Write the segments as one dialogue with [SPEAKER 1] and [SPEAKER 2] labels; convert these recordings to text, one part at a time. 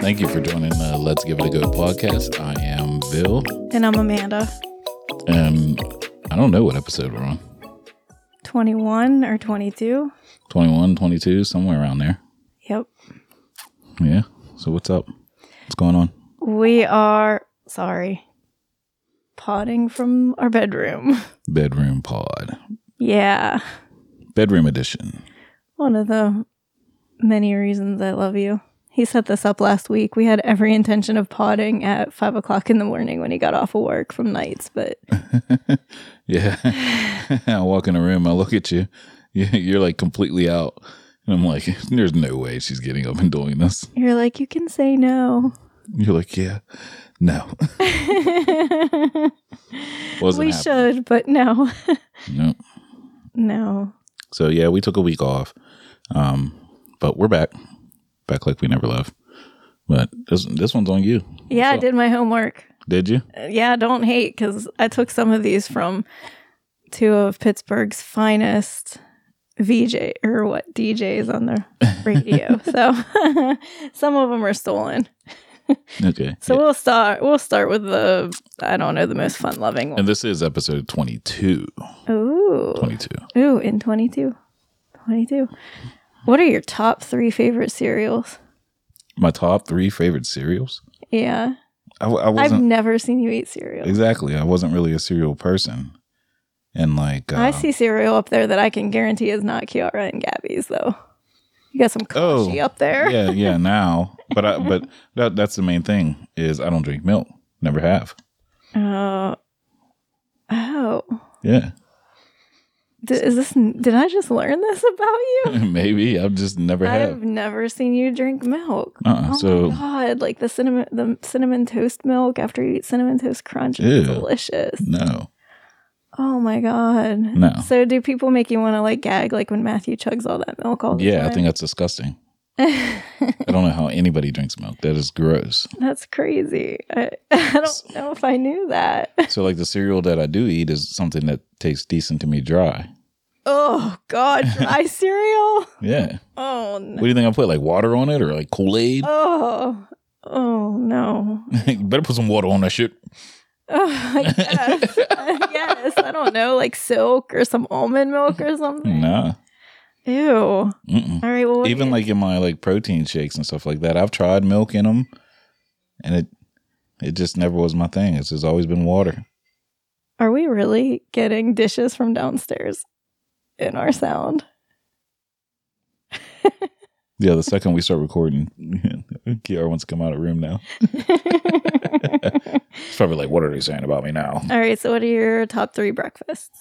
[SPEAKER 1] Thank you for joining the Let's Give It a Go podcast. I am Bill.
[SPEAKER 2] And I'm Amanda,
[SPEAKER 1] Um, I don't know what episode we're on
[SPEAKER 2] 21 or 22.
[SPEAKER 1] 21, 22, somewhere around there.
[SPEAKER 2] Yep.
[SPEAKER 1] Yeah. So, what's up? What's going on?
[SPEAKER 2] We are, sorry, potting from our bedroom.
[SPEAKER 1] Bedroom pod,
[SPEAKER 2] Yeah.
[SPEAKER 1] bedroom edition.
[SPEAKER 2] One of the many reasons I love you. He set this up last week. We had every intention of potting at five o'clock in the morning when he got off of work from nights, but
[SPEAKER 1] Yeah. I walk in the room, I look at you, you- you're like completely out. And I'm like, there's no way she's getting up and doing this.
[SPEAKER 2] you're like, you can say no.
[SPEAKER 1] You're like, yeah, no. Wasn't
[SPEAKER 2] we
[SPEAKER 1] happening.
[SPEAKER 2] should, but no.
[SPEAKER 1] Nope.
[SPEAKER 2] no.
[SPEAKER 1] So yeah, we took a week off, um, but we're back, back like we never left. But this this one's on you.
[SPEAKER 2] Yeah, I
[SPEAKER 1] So-
[SPEAKER 2] did my homework.
[SPEAKER 1] Did you?
[SPEAKER 2] yeah, don't hate because I took some of these from two of Pittsburgh's finest VJ or what DJs on the radio. so some of them are stolen.
[SPEAKER 1] Okay.
[SPEAKER 2] So
[SPEAKER 1] Yeah.
[SPEAKER 2] we'll start. We'll start with the I don't know the most fun loving one.
[SPEAKER 1] And this is episode 22.
[SPEAKER 2] Ooh,
[SPEAKER 1] 22.
[SPEAKER 2] ooh, in 22. 22. What are your top three favorite cereals?
[SPEAKER 1] My top three favorite cereals.
[SPEAKER 2] Yeah,
[SPEAKER 1] I, w- I
[SPEAKER 2] I've
[SPEAKER 1] wasn't
[SPEAKER 2] never seen you eat cereal.
[SPEAKER 1] exactly. I wasn't really a cereal person, and like uh,
[SPEAKER 2] I see cereal up there that I can guarantee is not Kiara and Gabby's though. You got some
[SPEAKER 1] Oh,
[SPEAKER 2] Kashi up there.
[SPEAKER 1] yeah, yeah. Now, but I, but that that's the main thing is I don't drink milk. Never have.
[SPEAKER 2] Oh. Oh.
[SPEAKER 1] Yeah.
[SPEAKER 2] D- is this did I just learn this about you?
[SPEAKER 1] Maybe I've just never
[SPEAKER 2] I
[SPEAKER 1] have.
[SPEAKER 2] have never seen you drink milk.
[SPEAKER 1] Uh-uh,
[SPEAKER 2] oh
[SPEAKER 1] so-
[SPEAKER 2] my god, like the cinnamon the cinnamon toast milk after you eat cinnamon toast crunch
[SPEAKER 1] Ew.
[SPEAKER 2] is delicious.
[SPEAKER 1] No,
[SPEAKER 2] Oh my god.
[SPEAKER 1] no.
[SPEAKER 2] So do people make you want to like gag like when Matthew chugs all that milk all the
[SPEAKER 1] Yeah, I
[SPEAKER 2] time?
[SPEAKER 1] think that's disgusting.
[SPEAKER 2] I think
[SPEAKER 1] I don't know how anybody drinks milk. That is gross.
[SPEAKER 2] that's crazy. I, I don't know if I knew that.
[SPEAKER 1] So like the cereal that I do eat is something that tastes decent to me dry.
[SPEAKER 2] Oh god, dry cereal?
[SPEAKER 1] Yeah.
[SPEAKER 2] Oh no.
[SPEAKER 1] What do you think I put? Like water on it or like Kool-Aid?
[SPEAKER 2] Oh. Oh no.
[SPEAKER 1] you better put some water on that shit.
[SPEAKER 2] Oh, I guess. yes. I don't know, like silk or some almond milk or something.
[SPEAKER 1] Nah.
[SPEAKER 2] Ew. All
[SPEAKER 1] Mm-mm.
[SPEAKER 2] right. Well, what
[SPEAKER 1] Even
[SPEAKER 2] do
[SPEAKER 1] like in my like protein shakes and stuff like that, I've tried milk in them and it it just never was my thing. It's just always been water.
[SPEAKER 2] you- are we really getting dishes from downstairs in our sound?
[SPEAKER 1] Yeah, the second we start recording, Kiara wants to come out of the room now. It's probably like, what are they saying about me now?
[SPEAKER 2] All right. So, what are your top three breakfasts?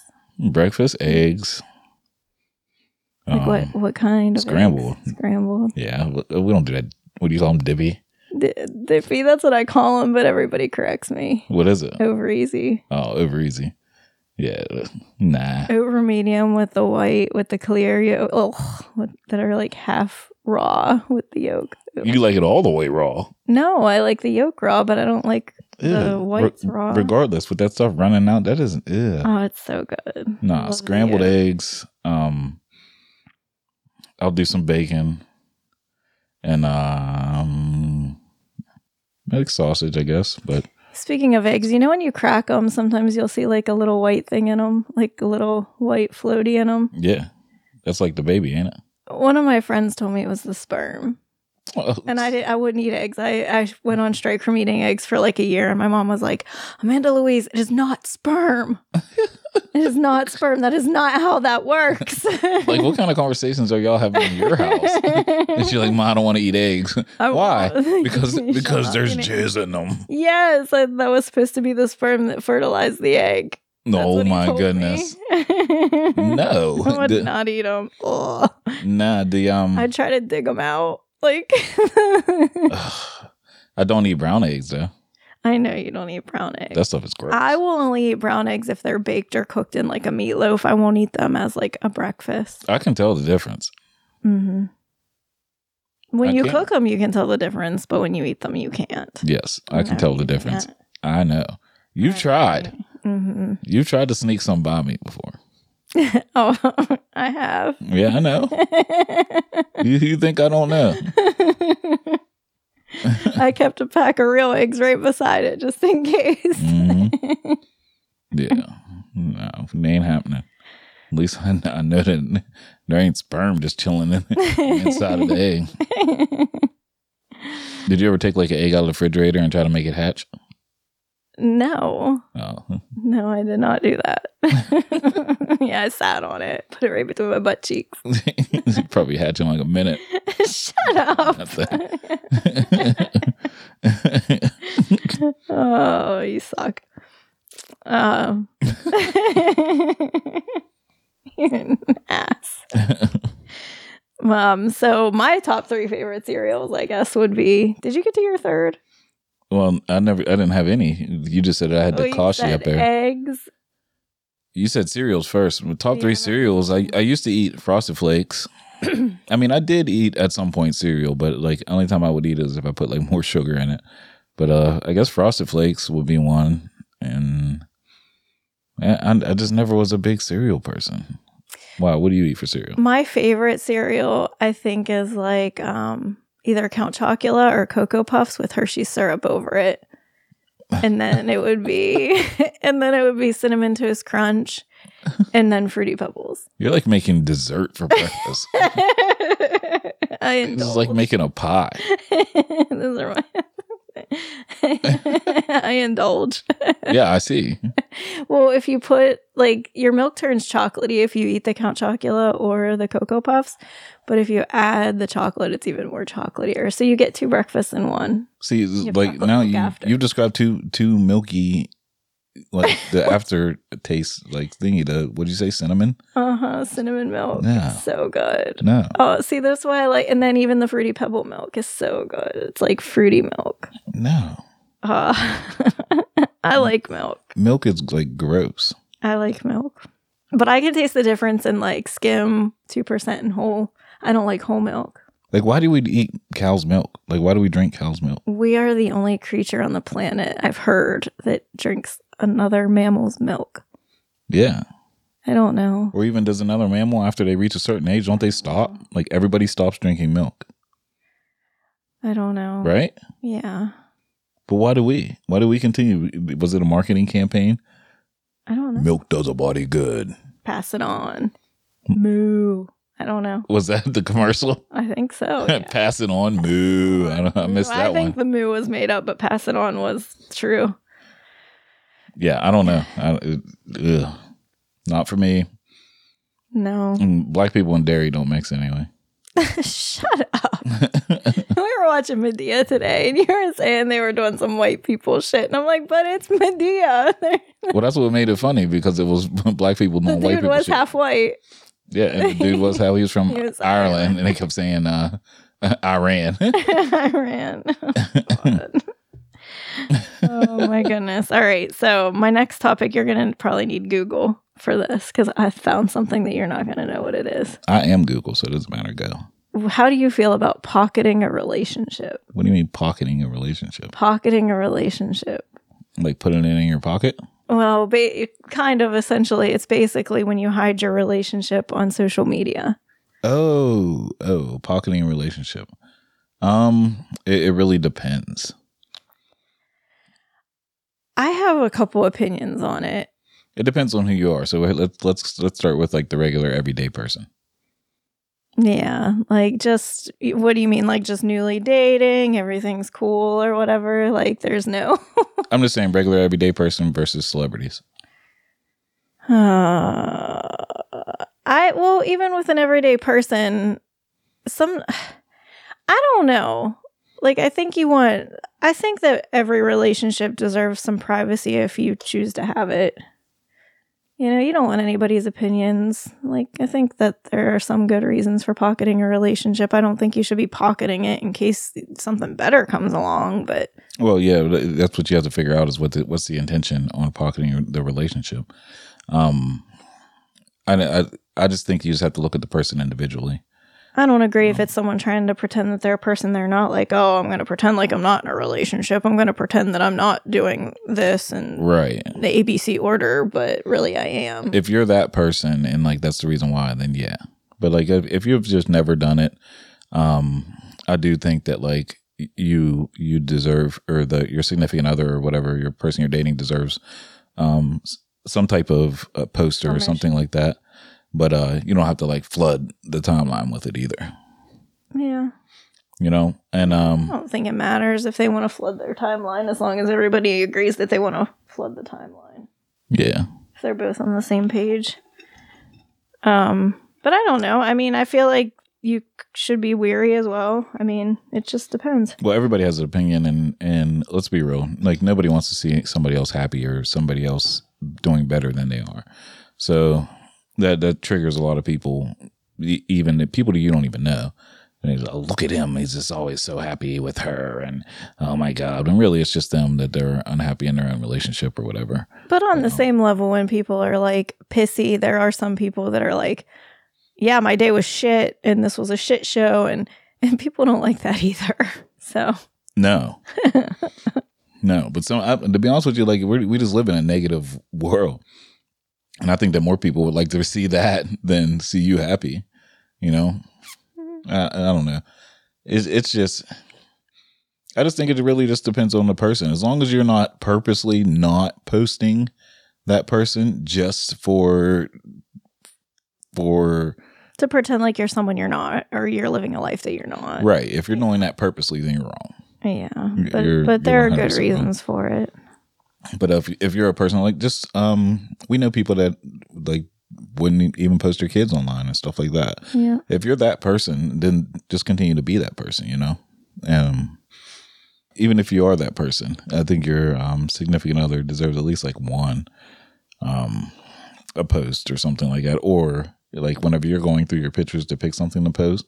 [SPEAKER 1] Breakfast, eggs.
[SPEAKER 2] Like,
[SPEAKER 1] um,
[SPEAKER 2] what what kind of
[SPEAKER 1] scrambled.
[SPEAKER 2] eggs? Scrambled.
[SPEAKER 1] Yeah, w- we don't do that. What do you call them? Dibby?
[SPEAKER 2] D- Dippy. That's what I call them, but everybody corrects me.
[SPEAKER 1] What is it?
[SPEAKER 2] Over easy.
[SPEAKER 1] Oh, over easy. Yeah, nah.
[SPEAKER 2] Over medium with the white, with the clear yolk, oh, with, that are like half raw with the yolk.
[SPEAKER 1] You like it all the way raw.
[SPEAKER 2] No, I like the yolk raw, but I don't like. The
[SPEAKER 1] Ew.
[SPEAKER 2] white's raw.
[SPEAKER 1] Regardless, with that stuff running out, that isn't. Ew.
[SPEAKER 2] Oh, it's so good.
[SPEAKER 1] nah,
[SPEAKER 2] Love the
[SPEAKER 1] scrambled
[SPEAKER 2] yolk.
[SPEAKER 1] eggs. Um, I'll do some bacon, and um, like sausage, I guess. But
[SPEAKER 2] Speaking of eggs, you know when you crack them, sometimes you'll see like a little white thing in them, like a little white floaty in them.
[SPEAKER 1] yeah, that's like the baby, ain't it?
[SPEAKER 2] One of my friends told me it was the sperm,
[SPEAKER 1] Well,
[SPEAKER 2] and I did. I wouldn't eat eggs. I I went on strike from eating eggs for like a year, and my mom was like, "Amanda Louise, it is not sperm. it is not sperm. That is not how that works."
[SPEAKER 1] Like, what kind of conversations are y'all having in your house? And she's like, "Ma, I don't want to eat eggs.
[SPEAKER 2] I
[SPEAKER 1] Why?
[SPEAKER 2] won't.
[SPEAKER 1] Because
[SPEAKER 2] You shall
[SPEAKER 1] because
[SPEAKER 2] not
[SPEAKER 1] there's
[SPEAKER 2] eat it.
[SPEAKER 1] jizz in them.
[SPEAKER 2] Yes, I, that was supposed to be the sperm that fertilized the egg. That's
[SPEAKER 1] No,
[SPEAKER 2] what he
[SPEAKER 1] Oh my
[SPEAKER 2] told
[SPEAKER 1] goodness.
[SPEAKER 2] me. I
[SPEAKER 1] No,
[SPEAKER 2] would
[SPEAKER 1] the, Mm.
[SPEAKER 2] not eat them.
[SPEAKER 1] nah. The um,
[SPEAKER 2] I'd try to dig them out. Like,
[SPEAKER 1] ugh, I don't eat brown eggs though.
[SPEAKER 2] I know you don't eat brown eggs.
[SPEAKER 1] That stuff is gross.
[SPEAKER 2] I will only eat brown eggs if they're baked or cooked in like a meatloaf. I won't eat them as like a breakfast.
[SPEAKER 1] I can tell the difference.
[SPEAKER 2] hmm When
[SPEAKER 1] I
[SPEAKER 2] you
[SPEAKER 1] can't.
[SPEAKER 2] cook them, you can tell the difference, but when you eat them, you can't.
[SPEAKER 1] Yes, I can tell the difference. I know. You've tried.
[SPEAKER 2] hmm
[SPEAKER 1] You've tried to sneak some by me before.
[SPEAKER 2] Oh, I have.
[SPEAKER 1] Yeah, I know. you, you think I don't know?
[SPEAKER 2] I kept a pack of real eggs right beside it just in case.
[SPEAKER 1] Mhm. yeah. No, it ain't happening. At least I, I know that there ain't sperm just chilling in inside of the egg. Did you ever take like an egg out of the refrigerator and try to make it hatch?
[SPEAKER 2] No,
[SPEAKER 1] Oh,
[SPEAKER 2] no, I did not do that. yeah, I sat on it, put it right between my butt cheeks.
[SPEAKER 1] It'd probably hatch in like a minute.
[SPEAKER 2] Shut up.
[SPEAKER 1] Not that-
[SPEAKER 2] oh, you suck. Um, you're an ass. Um, so my top three favorite cereals, I guess, would be. Did you get to your third?
[SPEAKER 1] well, I never, I didn't have any. You just said I had
[SPEAKER 2] Oh,
[SPEAKER 1] the
[SPEAKER 2] you
[SPEAKER 1] kashi up
[SPEAKER 2] said
[SPEAKER 1] there.
[SPEAKER 2] Eggs.
[SPEAKER 1] You said cereals first. Well, Top
[SPEAKER 2] Yeah,
[SPEAKER 1] three
[SPEAKER 2] that's-
[SPEAKER 1] cereals. I, I used to eat Frosted Flakes. I mean, I did eat at some point cereal, but like only time I would eat is if I put like more sugar in it. But uh, I guess Frosted Flakes would be one, and I, I- I just never was a big cereal person. Wow, what do you eat for cereal?
[SPEAKER 2] My favorite cereal, I think, is like um, either Count Chocula or Cocoa Puffs with Hershey syrup over it. And then it would be, and then it would be Cinnamon Toast Crunch, and then Fruity Pebbles.
[SPEAKER 1] You're like making dessert for breakfast.
[SPEAKER 2] I
[SPEAKER 1] this
[SPEAKER 2] indulge.
[SPEAKER 1] is like making a pie.
[SPEAKER 2] Those are my- I indulge.
[SPEAKER 1] Yeah, I see.
[SPEAKER 2] Well, if you put like your milk turns chocolatey if you eat the Count Chocula or the Cocoa Puffs, but if you add the chocolate, it's even more chocolatier. So you get two breakfsts in one.
[SPEAKER 1] See, it's
[SPEAKER 2] have
[SPEAKER 1] like
[SPEAKER 2] chocolate
[SPEAKER 1] now
[SPEAKER 2] milk
[SPEAKER 1] you
[SPEAKER 2] after.
[SPEAKER 1] you described two two milky, like the aftertaste, like thingy. The what do you say, cinnamon?
[SPEAKER 2] Uh huh. Cinnamon milk.
[SPEAKER 1] Yeah.
[SPEAKER 2] It's so good.
[SPEAKER 1] No,
[SPEAKER 2] Oh, see, that's why I like. And then even the fruity pebble milk is so good. It's like fruity milk.
[SPEAKER 1] no,
[SPEAKER 2] Uh,
[SPEAKER 1] Mm.
[SPEAKER 2] I like milk.
[SPEAKER 1] milk is like gross.
[SPEAKER 2] I like milk. But I can taste the difference in like skim, 2% and whole. I don't like whole milk.
[SPEAKER 1] Like, why do we eat cow's milk? Like, why do we drink cow's milk?
[SPEAKER 2] We are the only creature on the planet I've heard that drinks another mammal's milk.
[SPEAKER 1] Yeah,
[SPEAKER 2] I don't know.
[SPEAKER 1] or even does another mammal after they reach a certain age, don't they stop? Like everybody stops drinking milk,
[SPEAKER 2] I don't know.
[SPEAKER 1] right?
[SPEAKER 2] Yeah.
[SPEAKER 1] But why do we? Why do we continue? Was it a marketing campaign?
[SPEAKER 2] I don't know.
[SPEAKER 1] Milk Hmm. does a body good.
[SPEAKER 2] Pass it on. Moo. I don't know.
[SPEAKER 1] Was that the commercial?
[SPEAKER 2] I think so. Oh, yeah. Mm-hmm.
[SPEAKER 1] Pass it on, moo. I, don't, I missed
[SPEAKER 2] I
[SPEAKER 1] that one.
[SPEAKER 2] think the moo was made up, but pass it on was true.
[SPEAKER 1] Yeah, I don't know. I, it- ugh. Not for me.
[SPEAKER 2] No.
[SPEAKER 1] Mm, Black people and dairy don't mix anyway.
[SPEAKER 2] Shut up. we were watching Medea today, and you were saying they were doing some white people shit, and I'm like, but it's Medea. the
[SPEAKER 1] well, that's what made it funny because it was black people doing
[SPEAKER 2] dude
[SPEAKER 1] white people
[SPEAKER 2] was
[SPEAKER 1] shit.
[SPEAKER 2] half white.
[SPEAKER 1] yeah, and the dude was how he was from
[SPEAKER 2] He was
[SPEAKER 1] Ireland,
[SPEAKER 2] Ireland.
[SPEAKER 1] and they kept saying uh, Iran.
[SPEAKER 2] I ran. God. oh my goodness. All right. So, my next topic, you're going to probably need Google for this because I found something that you're not going to know what it is.
[SPEAKER 1] I am Google, so it doesn't matter. Go.
[SPEAKER 2] How do you feel about pocketing a relationship?
[SPEAKER 1] What do you mean pocketing a relationship?
[SPEAKER 2] Pocketing a relationship.
[SPEAKER 1] Like putting it in your pocket?
[SPEAKER 2] Well, ba- kind of essentially, it's basically when you hide your relationship on social media.
[SPEAKER 1] Oh, oh, pocketing a relationship. Um, it, it really depends.
[SPEAKER 2] I have a couple opinions on it.
[SPEAKER 1] It depends on who you are. So let's let's let's start with like the regular everyday person.
[SPEAKER 2] Yeah, like just what do you mean? Like just newly dating, everything's cool or whatever. Like there's no.
[SPEAKER 1] I'm just saying regular everyday person versus celebrities.
[SPEAKER 2] Uh, I well, even with an everyday person, some I don't know. Like I think you want. I think that every relationship deserves some privacy if you choose to have it. You know, you don't want anybody's opinions. Like, I think that there are some good reasons for pocketing a relationship. I don't think you should be pocketing it in case something better comes along, but
[SPEAKER 1] Well, yeah, th- that's what you have to figure out is what the, what's the intention on pocketing the relationship. Um, I, I I just think you just have to look at the person individually.
[SPEAKER 2] I don't agree
[SPEAKER 1] Mm.
[SPEAKER 2] if it's someone trying to pretend that they're a person they're not. Like, oh, I'm going to pretend like I'm not in a relationship. I'm going to pretend that I'm not doing this and
[SPEAKER 1] Right.
[SPEAKER 2] the ABC order, but really I am.
[SPEAKER 1] If you're that person and like that's the reason why, then yeah. But like if, if you've just never done it, um, I do think that like y- you you deserve or the your significant other or whatever your person you're dating deserves um s- some type of uh poster or
[SPEAKER 2] Promotion.
[SPEAKER 1] something like that but uh you don't have to like flood the timeline with it either
[SPEAKER 2] Yeah.
[SPEAKER 1] you know and
[SPEAKER 2] I
[SPEAKER 1] um
[SPEAKER 2] don't think it matters if they want to flood their timeline as long as everybody agrees that they want to flood the timeline.
[SPEAKER 1] yeah
[SPEAKER 2] If they're both on the same page. Um, but I don't know. I mean, I feel like you c- should be weary as well. I mean, it just depends.
[SPEAKER 1] well everybody has an opinion and and let's be real like nobody wants to see somebody else happy or somebody else doing better than they are so that that triggers a lot of people e- even the people that you don't even know and he's like, "Oh, look at him he's just always so happy with her and oh my god and really it's just them that they're unhappy in their own relationship or whatever
[SPEAKER 2] But on the
[SPEAKER 1] Yeah.
[SPEAKER 2] same level, when people are like pissy, there are some people that are like, yeah, my day was shit and this was a shit show. And, and people don't like that either. So,
[SPEAKER 1] no no but some I, to be honest with you like we we just live in a negative world and i think that more people would like to see that than see you happy you know I, I don't know. It's it's just I just think it really just depends on the person. As long as you're not purposely not posting that person just for for
[SPEAKER 2] to pretend like you're someone you're not or you're living a life that you're not.
[SPEAKER 1] right, if you're doing that purposely, then you're wrong.
[SPEAKER 2] Yeah.
[SPEAKER 1] You're-
[SPEAKER 2] But,
[SPEAKER 1] you're-
[SPEAKER 2] but there
[SPEAKER 1] you're
[SPEAKER 2] are good
[SPEAKER 1] 100% wrong.
[SPEAKER 2] reasons for it.
[SPEAKER 1] But if if you're a person like just um, we know people that like wouldn't e-, even post their kids online and stuff like that.
[SPEAKER 2] Yeah.
[SPEAKER 1] if you're that person, then just continue to be that person, you know? Um, even if you are that person, I think your um, significant other deserves at least like one, um, a post or something like that. Or like whenever you're going through your pictures to pick something to post,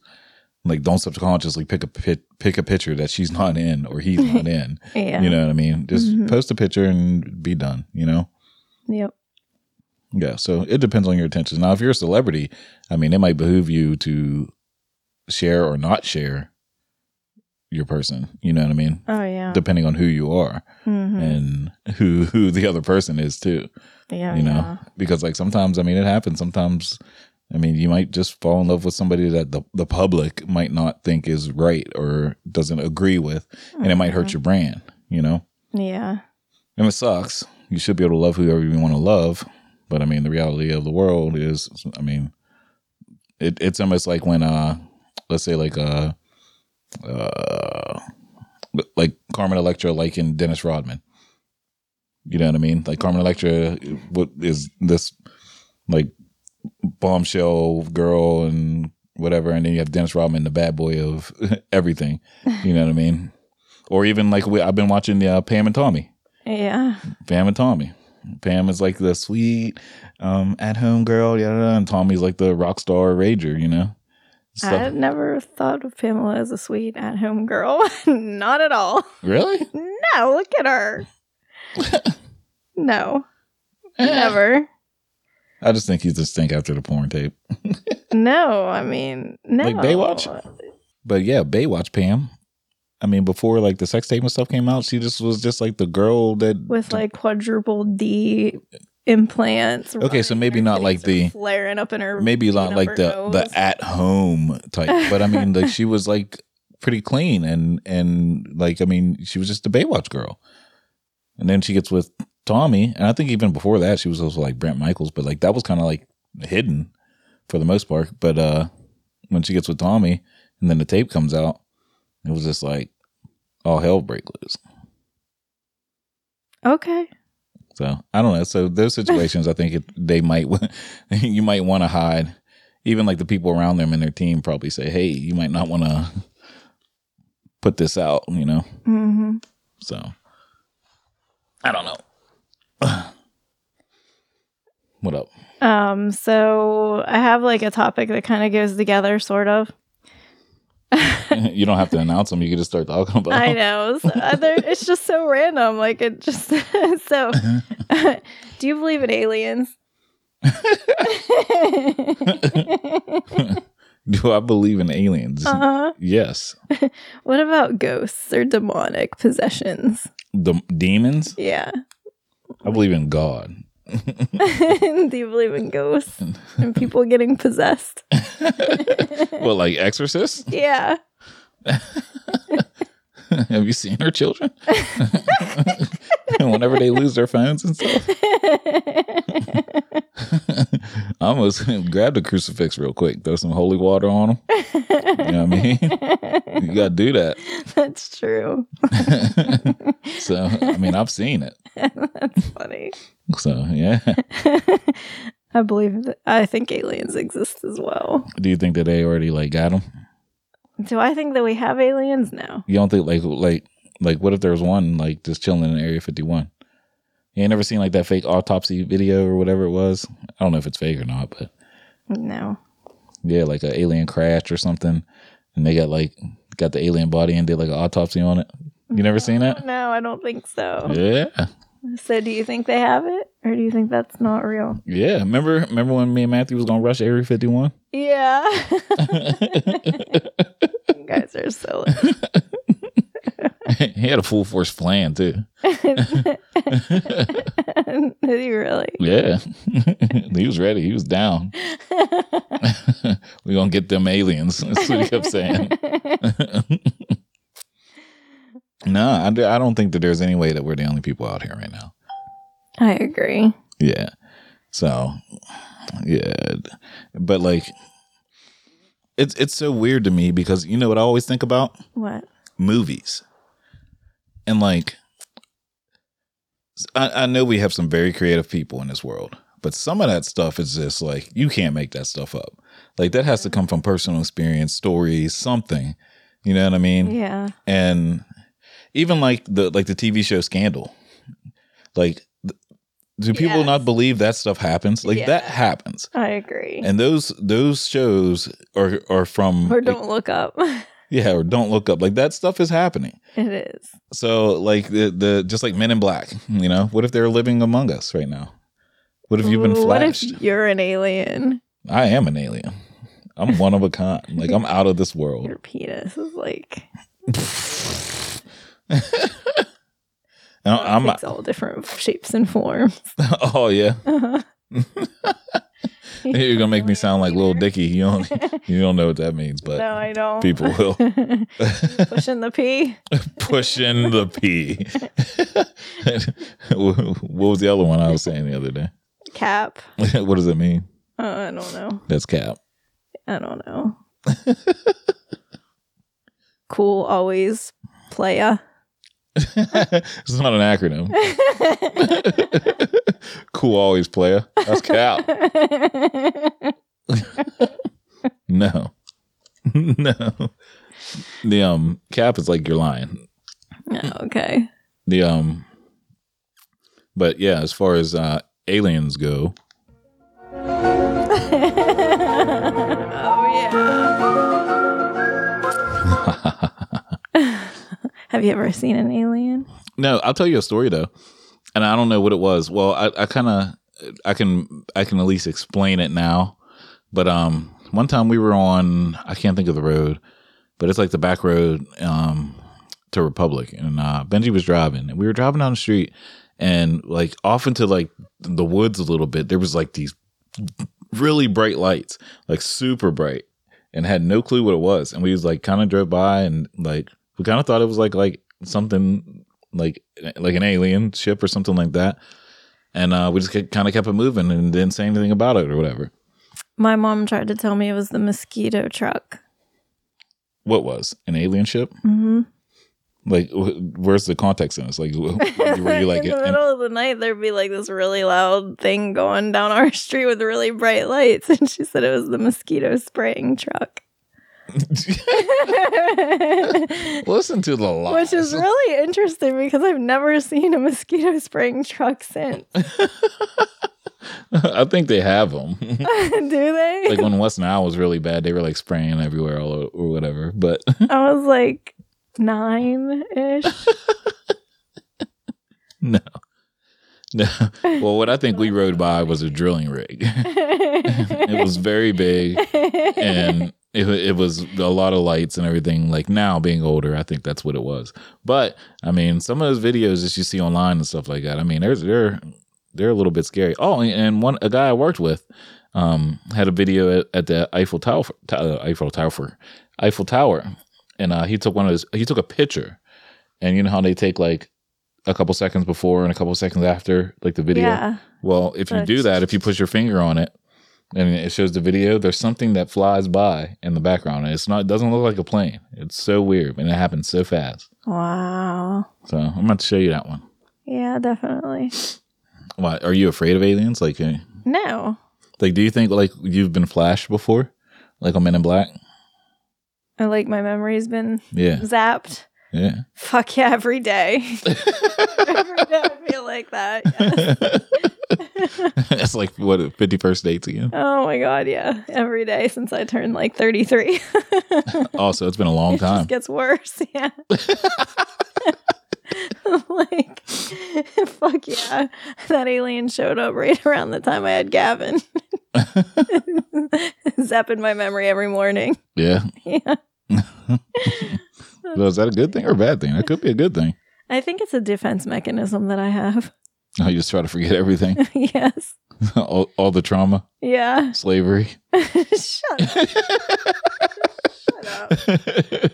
[SPEAKER 1] like don't subconsciously pick a pit, pick a picture that she's not in or he's not in.
[SPEAKER 2] Yeah.
[SPEAKER 1] You know what I mean? Just
[SPEAKER 2] Mhm.
[SPEAKER 1] post a picture and be done. You know?
[SPEAKER 2] Yep.
[SPEAKER 1] Yeah, so it depends on your intentions. Now, if you're a celebrity, I mean, it might behoove you to share or not share your person. You know what I mean?
[SPEAKER 2] Oh, yeah.
[SPEAKER 1] Depending on who you are
[SPEAKER 2] Mhm.
[SPEAKER 1] and who who the other person is too.
[SPEAKER 2] yeah.
[SPEAKER 1] you know,
[SPEAKER 2] yeah.
[SPEAKER 1] because like sometimes, I mean, it happens. Sometimes, I mean, you might just fall in love with somebody that the the public might not think is right or doesn't agree with, and it might
[SPEAKER 2] Mm-hmm.
[SPEAKER 1] hurt your brand. You know,
[SPEAKER 2] Yeah.
[SPEAKER 1] and it sucks. You should be able to love whoever you want to love, but I mean, the reality of the world is, I mean, it, it's almost like when, uh, let's say, like, uh, uh, like Carmen Electra, like in Dennis Rodman. You know what I mean? Like Carmen Electra, what is this like bombshell girl and whatever, and then you have Dennis Rodman, the bad boy of everything. You know what I mean? Or even like we, I've been watching the uh, Pam and Tommy.
[SPEAKER 2] Yeah.
[SPEAKER 1] Pam and Tommy. Pam is like the sweet um, at home girl, yada, yada, and Tommy's like the rock star rager, you know? So,
[SPEAKER 2] I've never thought of Pamela as a sweet at home girl. Not at all.
[SPEAKER 1] really?
[SPEAKER 2] No, look at her. no, never.
[SPEAKER 1] I just think he's just think after the porn tape.
[SPEAKER 2] No, I mean, no.
[SPEAKER 1] Like Baywatch? But yeah, Baywatch Pam. I mean, before like the sex tape and stuff came out, she just was just like the girl that
[SPEAKER 2] With like quadruple D implants.
[SPEAKER 1] Okay, so
[SPEAKER 2] running
[SPEAKER 1] maybe
[SPEAKER 2] her
[SPEAKER 1] not like
[SPEAKER 2] titties
[SPEAKER 1] the-
[SPEAKER 2] are flaring up in her.
[SPEAKER 1] maybe not
[SPEAKER 2] peanut
[SPEAKER 1] like the
[SPEAKER 2] butter nose.
[SPEAKER 1] the at home type, but I mean, like she was like pretty clean and and like I mean, she was just a Baywatch girl, and then she gets with Tommy, and I think even before that, she was also like Brent Michaels, but like that was kind of like hidden for the most part. But uh when she gets with Tommy, and then the tape comes out, it was just like all hell break loose.
[SPEAKER 2] Okay.
[SPEAKER 1] So I don't know. So those situations, I think it, they might you might want to hide. Even like the people around them and their team probably say, "Hey, you might not want to put this out," you know.
[SPEAKER 2] hmm
[SPEAKER 1] So I don't know. what up?
[SPEAKER 2] Um, so I have like a topic that kind of goes together, sort of.
[SPEAKER 1] you don't have to announce them. You can just start talking about.
[SPEAKER 2] I
[SPEAKER 1] Them.
[SPEAKER 2] know. So other, it's just so random. Like it just so.
[SPEAKER 1] Uh-huh.
[SPEAKER 2] do you believe in aliens?
[SPEAKER 1] Do I believe in aliens?
[SPEAKER 2] uh,
[SPEAKER 1] Yes.
[SPEAKER 2] what about ghosts or demonic possessions?
[SPEAKER 1] The demons.
[SPEAKER 2] Yeah.
[SPEAKER 1] I believe in God.
[SPEAKER 2] do you believe in ghosts and people getting possessed?
[SPEAKER 1] Well, like exorcists.
[SPEAKER 2] Yeah.
[SPEAKER 1] Have you seen her children? Whenever they lose their phones and stuff, I almost grabbed a crucifix real quick, throw some holy water on them. You know what I mean? You got to do
[SPEAKER 2] That's true.
[SPEAKER 1] that. so, I mean, I've seen it.
[SPEAKER 2] That's funny.
[SPEAKER 1] So, yeah.
[SPEAKER 2] I believe that I think aliens exist as well.
[SPEAKER 1] Do you think that they already like got them?
[SPEAKER 2] Do I think that we have aliens now?
[SPEAKER 1] You don't think like like like what if there was one like just chilling in Area Fifty One? You ain't never seen like that fake autopsy video or whatever it was. I don't know if it's fake or not, but
[SPEAKER 2] No.
[SPEAKER 1] yeah, like an alien crash or something, and they got like got the alien body and did like an autopsy on it. You never seen that?
[SPEAKER 2] No, I don't think so.
[SPEAKER 1] Yeah,
[SPEAKER 2] So do you think they have it? Or do you think that's not real?
[SPEAKER 1] yeah. Remember, remember when me and Matthew was gonna rush Area Fifty One?
[SPEAKER 2] Yeah. you guys are silly.
[SPEAKER 1] he had a full force plan too.
[SPEAKER 2] Did you really?
[SPEAKER 1] Yeah, he was ready. He was down. we gonna get them aliens. That's what he kept saying. No, I, do- I don't think that there's any way that we're the only people out here right now.
[SPEAKER 2] I agree.
[SPEAKER 1] Yeah. So, yeah, but like, it's it's so weird to me because you know what I always think about
[SPEAKER 2] What?
[SPEAKER 1] movies, and like, I, I know we have some very creative people in this world, but some of that stuff is just like you can't make that stuff up. Like that has to come from personal experience, stories, something. You know what I mean?
[SPEAKER 2] Yeah.
[SPEAKER 1] and even like the like the TV show Scandal, like th- do people
[SPEAKER 2] Yes.
[SPEAKER 1] not believe that stuff happens? Like that
[SPEAKER 2] Yeah.
[SPEAKER 1] happens,
[SPEAKER 2] I agree.
[SPEAKER 1] and those those shows are are from
[SPEAKER 2] or don't look up.
[SPEAKER 1] yeah or don't look up like that stuff is happening.
[SPEAKER 2] it is.
[SPEAKER 1] So like the the just like Men in Black, you know, what if they're living among us right now? What if you've been
[SPEAKER 2] What if
[SPEAKER 1] flashed?
[SPEAKER 2] you're an alien?
[SPEAKER 1] I am an alien. I'm one of a kind. Like I'm out of this world.
[SPEAKER 2] Your penis is like
[SPEAKER 1] Uh, I'm,
[SPEAKER 2] takes all different shapes and forms.
[SPEAKER 1] oh yeah. You're gonna make me sound like Little Dicky. You don't, you don't know what that means, but
[SPEAKER 2] no, I don't.
[SPEAKER 1] people will
[SPEAKER 2] pushing the pee.
[SPEAKER 1] pushing the P. what was the other one I was saying the other day?
[SPEAKER 2] Cap.
[SPEAKER 1] what does it mean?
[SPEAKER 2] Uh, I don't know.
[SPEAKER 1] That's cap.
[SPEAKER 2] I don't know. cool. Always playa.
[SPEAKER 1] it's not an acronym. cool, always player. That's cap. No, no. The um cap is like you're lying.
[SPEAKER 2] okay.
[SPEAKER 1] The um, but yeah, as far as uh aliens go,
[SPEAKER 2] Oh yeah. Oh, Have you ever seen an alien?
[SPEAKER 1] No, I'll tell you a story though, and I don't know what it was. Well, I, I kind of, I can, I can at least explain it now. But um, one time we were on, I can't think of the road, but it's like the back road um to Republic, and uh, Benji was driving, and we were driving down the street, and like off into like the woods a little bit, there was like these really bright lights, like super bright, and had no clue what it was, and we was like kind of drove by, and like we kind of thought it was like like something like like an alien ship or something like that. And uh, we just kind of kept it moving and didn't say anything about it or whatever.
[SPEAKER 2] My mom tried to tell me it was the mosquito truck.
[SPEAKER 1] What was an alien ship?
[SPEAKER 2] Mm-hmm.
[SPEAKER 1] Like, wh- where's the context in this? Like, wh- were you like,
[SPEAKER 2] in the middle of the night, there'd be like this really loud thing going down our street with really bright lights, and she said it was the mosquito spraying truck,
[SPEAKER 1] listen to the lies.
[SPEAKER 2] which is really interesting because I've never seen a mosquito spraying truck since.
[SPEAKER 1] I think they have them.
[SPEAKER 2] Do they?
[SPEAKER 1] like when West Nile was really bad, they were like spraying everywhere all o- or whatever. But
[SPEAKER 2] I was like nine ish.
[SPEAKER 1] no, no. Well, what I think we rode by was a drilling rig. it was very big. and it, it was a lot of lights and everything. Like now, being older, I think that's what it was. But I mean, some of those videos that you see online and stuff like that. I mean, there's they're they're a little bit scary. Oh, and one a guy I worked with um, had a video at, at the Eiffel uh, Tower, Tow- Eiffel Tower, Eiffel Tower, and uh, he took one of his he took a picture and you know how they take like a couple seconds before and a couple seconds after, like the video.
[SPEAKER 2] Yeah.
[SPEAKER 1] Well, if you do
[SPEAKER 2] But-
[SPEAKER 1] that, if you put your finger on it and it shows the video, there's something that flies by in the background. And it's not it doesn't look like a plane. It's so weird and it happens so fast.
[SPEAKER 2] Wow.
[SPEAKER 1] So I'm about to show you that one.
[SPEAKER 2] Yeah, definitely.
[SPEAKER 1] Why are you afraid of aliens? Like uh,
[SPEAKER 2] No.
[SPEAKER 1] like do you think like you've been flashed before? Like on Men in Black?
[SPEAKER 2] I like my memory's been
[SPEAKER 1] Yeah.
[SPEAKER 2] zapped.
[SPEAKER 1] Yeah.
[SPEAKER 2] Fuck yeah, every day. every day I feel like that.
[SPEAKER 1] That's like what fifty first dates again.
[SPEAKER 2] Oh my god, yeah. Every day since I turned like 33.
[SPEAKER 1] Also, it's been a long
[SPEAKER 2] it
[SPEAKER 1] time.
[SPEAKER 2] just gets worse. Yeah. like, fuck yeah. That alien showed up right around the time I had Gavin. Zapping my memory every morning.
[SPEAKER 1] Yeah.
[SPEAKER 2] Yeah.
[SPEAKER 1] So is that a good thing or a bad thing? That could be a good thing.
[SPEAKER 2] I think it's a defense mechanism that I have.
[SPEAKER 1] Oh, you just try to forget everything.
[SPEAKER 2] yes.
[SPEAKER 1] all, all the trauma,
[SPEAKER 2] Yeah.
[SPEAKER 1] slavery.
[SPEAKER 2] Shut up. Shut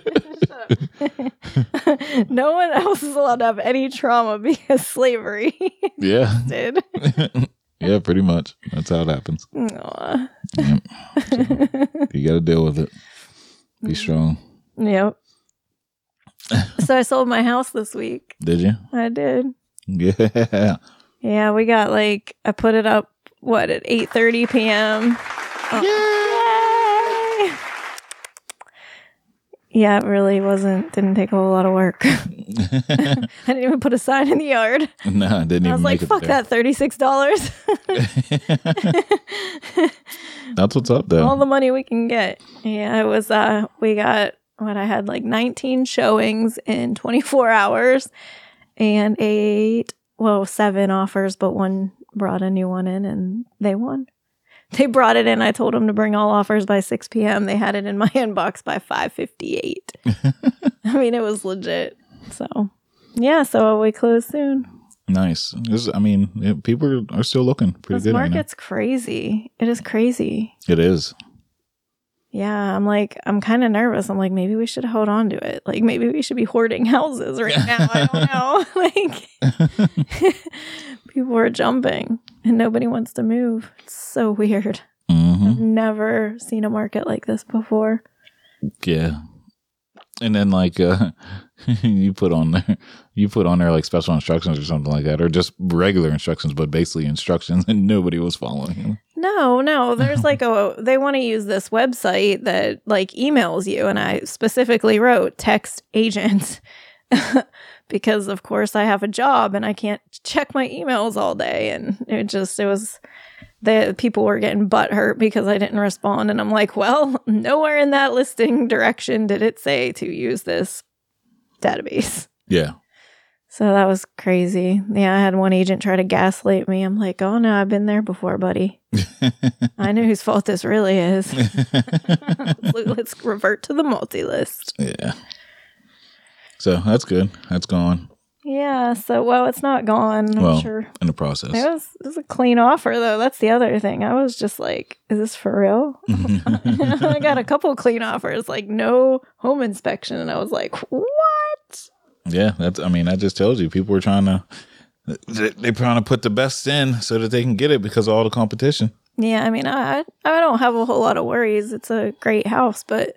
[SPEAKER 2] up. no one else is allowed to have any trauma because slavery
[SPEAKER 1] yeah.
[SPEAKER 2] did.
[SPEAKER 1] yeah, pretty much. That's how it happens.
[SPEAKER 2] Aw.
[SPEAKER 1] Yep. You got to deal with it. Be
[SPEAKER 2] Mm-hmm.
[SPEAKER 1] strong.
[SPEAKER 2] yep. so I sold my house this week.
[SPEAKER 1] Did you?
[SPEAKER 2] I did.
[SPEAKER 1] Yeah.
[SPEAKER 2] Yeah, we got like I put it up what at eight thirty p.m. Oh. Yay! Yeah, it really wasn't. Didn't take a whole lot of work. I didn't even put a sign in the yard.
[SPEAKER 1] nah, I didn't even
[SPEAKER 2] I was like,
[SPEAKER 1] make it
[SPEAKER 2] "Fuck
[SPEAKER 1] there.
[SPEAKER 2] that, thirty-six dollars."
[SPEAKER 1] That's what's up, though.
[SPEAKER 2] all the money we can get. Yeah, it was uh we got what I had like 19 showings in 24 hours and eight well, seven offers, but one brought a new one in and they won. They brought it in. I told them to bring all offers by 6 p.m. They had it in my inbox by 5:58. I mean, it was legit. So, yeah, so we close soon.
[SPEAKER 1] nice. This, I mean, yeah, people are- are still looking pretty
[SPEAKER 2] This
[SPEAKER 1] good. right now.
[SPEAKER 2] market's crazy. It is crazy.
[SPEAKER 1] It is.
[SPEAKER 2] Yeah, I'm like, I'm kind of nervous. I'm like, maybe we should hold on to it. Like, maybe we should be hoarding houses right now. I don't know. like, people are jumping and nobody wants to move. It's so weird.
[SPEAKER 1] hmm
[SPEAKER 2] I've never seen a market like this before.
[SPEAKER 1] Yeah. And then like uh you put on there you put on there like special instructions or something like that, or just regular instructions, but basically instructions and nobody was following
[SPEAKER 2] No, no, there's like a, they want to use this website that like emails you. And I specifically wrote text agent because, of course, I have a job and I can't check my emails all day. And it just, it was, the people were getting butt hurt because I didn't respond. And I'm like, well, nowhere in that listing direction did it say to use this database.
[SPEAKER 1] Yeah.
[SPEAKER 2] So that was crazy. Yeah, I had one agent try to gaslight me. I'm like, oh no, I've been there before, buddy. I know whose fault this really is. Let's revert to the multi list.
[SPEAKER 1] yeah. So that's good. That's gone
[SPEAKER 2] Yeah, so well, it's not gone. I'm
[SPEAKER 1] Well,
[SPEAKER 2] sure.
[SPEAKER 1] in the process.
[SPEAKER 2] It was, it was a clean offer, though. That's the other thing. I was just like, is this for real? I got a couple clean offers, like no home inspection. And I was like, what?
[SPEAKER 1] yeah, that's I mean, I just told you people were trying to they- they're trying to put the best in so that they can get it because of all the competition.
[SPEAKER 2] Yeah, I mean, I I don't have a whole lot of worries. It's a great house, but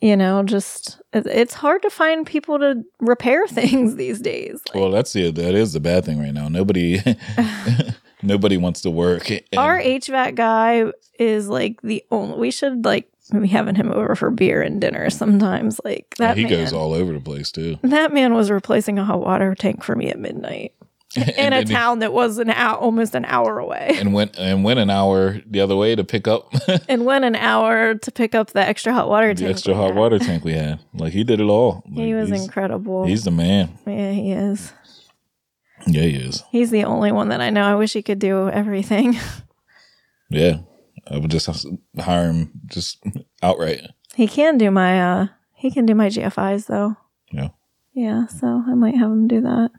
[SPEAKER 2] you know, just it- it's hard to find people to repair things these days. Like,
[SPEAKER 1] Well, that's the that is the bad thing right now. Nobody nobody wants to work. and-
[SPEAKER 2] Our HVAC guy is like the only. We should like be having him over for beer and dinner sometimes. Like
[SPEAKER 1] Yeah,
[SPEAKER 2] that
[SPEAKER 1] he
[SPEAKER 2] man.
[SPEAKER 1] goes all over the place too.
[SPEAKER 2] that man was replacing a hot water tank for me at midnight in a
[SPEAKER 1] then he-
[SPEAKER 2] town that was an hour, almost an hour away,
[SPEAKER 1] and went and went an hour the other way to pick up the
[SPEAKER 2] and went an hour to pick up the extra hot water tank.
[SPEAKER 1] extra
[SPEAKER 2] we
[SPEAKER 1] hot
[SPEAKER 2] had.
[SPEAKER 1] water tank we had. Like he did it all.
[SPEAKER 2] He
[SPEAKER 1] Like,
[SPEAKER 2] was
[SPEAKER 1] he's,
[SPEAKER 2] incredible.
[SPEAKER 1] he's the man.
[SPEAKER 2] yeah, he is.
[SPEAKER 1] Yeah, he is.
[SPEAKER 2] He's the only one that I know. I wish he could do everything.
[SPEAKER 1] Yeah, I would just have to hire him just outright.
[SPEAKER 2] he can do my uh he can do my GFIs though.
[SPEAKER 1] Yeah.
[SPEAKER 2] Yeah, so I might have him do that.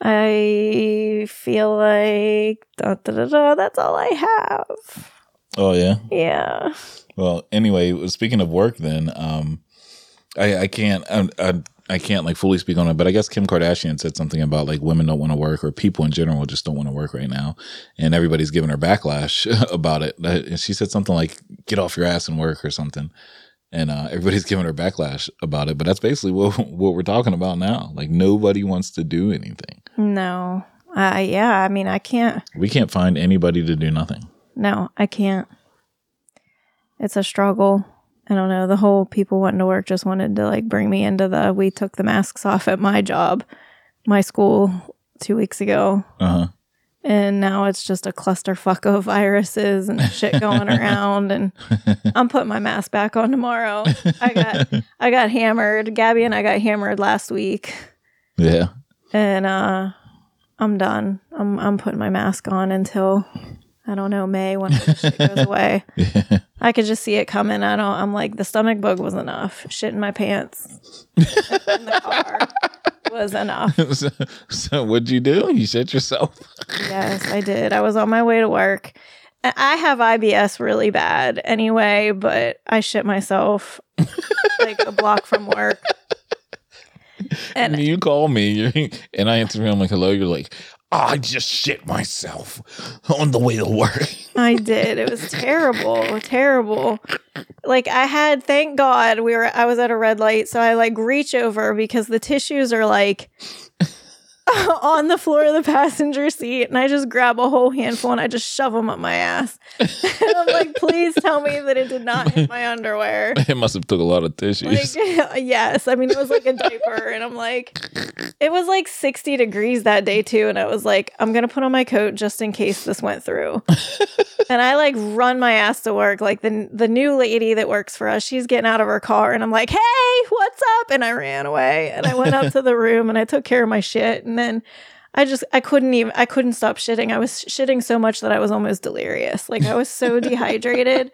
[SPEAKER 2] I feel like da, da, da, da, that's all I have.
[SPEAKER 1] Oh yeah.
[SPEAKER 2] Yeah.
[SPEAKER 1] Well, anyway, speaking of work, then um, I I can't I I, I can't like fully speak on it, but I guess Kim Kardashian said something about like women don't want to work or people in general just don't want to work right now, and everybody's giving her backlash about it. That- And she said something like "get off your ass and work" or something, and uh, everybody's giving her backlash about it. But that's basically what what we're talking about now. Like nobody wants to do anything.
[SPEAKER 2] No. Uh, yeah, I mean, I can't.
[SPEAKER 1] We can't find anybody to do nothing.
[SPEAKER 2] No, I can't. It's a struggle. I don't know. The whole people wanting to work just wanted to like bring me into the we took the masks off at my job, my school two weeks ago.
[SPEAKER 1] Uh huh.
[SPEAKER 2] And now it's just a clusterfuck of viruses and shit going around. And I'm putting my mask back on tomorrow. I got I got hammered. Gabby and I got hammered last week.
[SPEAKER 1] Yeah.
[SPEAKER 2] and uh I'm done. I'm I'm putting my mask on until I don't know May when all this shit goes away.
[SPEAKER 1] Yeah.
[SPEAKER 2] I could just see it coming. I don't. I'm like the stomach bug was enough. Shit in my pants in the car was enough.
[SPEAKER 1] so, so what'd you do? You shit yourself.
[SPEAKER 2] Yes, I did. I was on my way to work. I- I have IBS really bad anyway, but I shit myself like a block from work.
[SPEAKER 1] And
[SPEAKER 2] And-
[SPEAKER 1] you call me, you're, and I answer. I'm like, "Hello." You're like, "Ah, "I just shit myself on the way to work."
[SPEAKER 2] I did. It was terrible, terrible. Like I had, thank God, we were. I was at a red light, so I like reach over because the tissues are like on the floor of the passenger seat, and I just grab a whole handful and I just shove them up my ass. and I'm like, please tell me that it did not hit my underwear.
[SPEAKER 1] It must have took a lot of
[SPEAKER 2] Like, uh,
[SPEAKER 1] tissues.
[SPEAKER 2] yes, I mean it was like a diaper, and I'm like, it was like 60 degrees that day too, and I was like, I'm gonna put on my coat just in case this went through. and I like run my ass to work. Like the the new lady that works for us, she's getting out of her car, and I'm like, hey, what's up? And I ran away, and I went up to the room, and I took care of my shit, and then. I just I couldn't even I couldn't stop shitting. I was shitting so much that I was almost delirious. Like I was so dehydrated.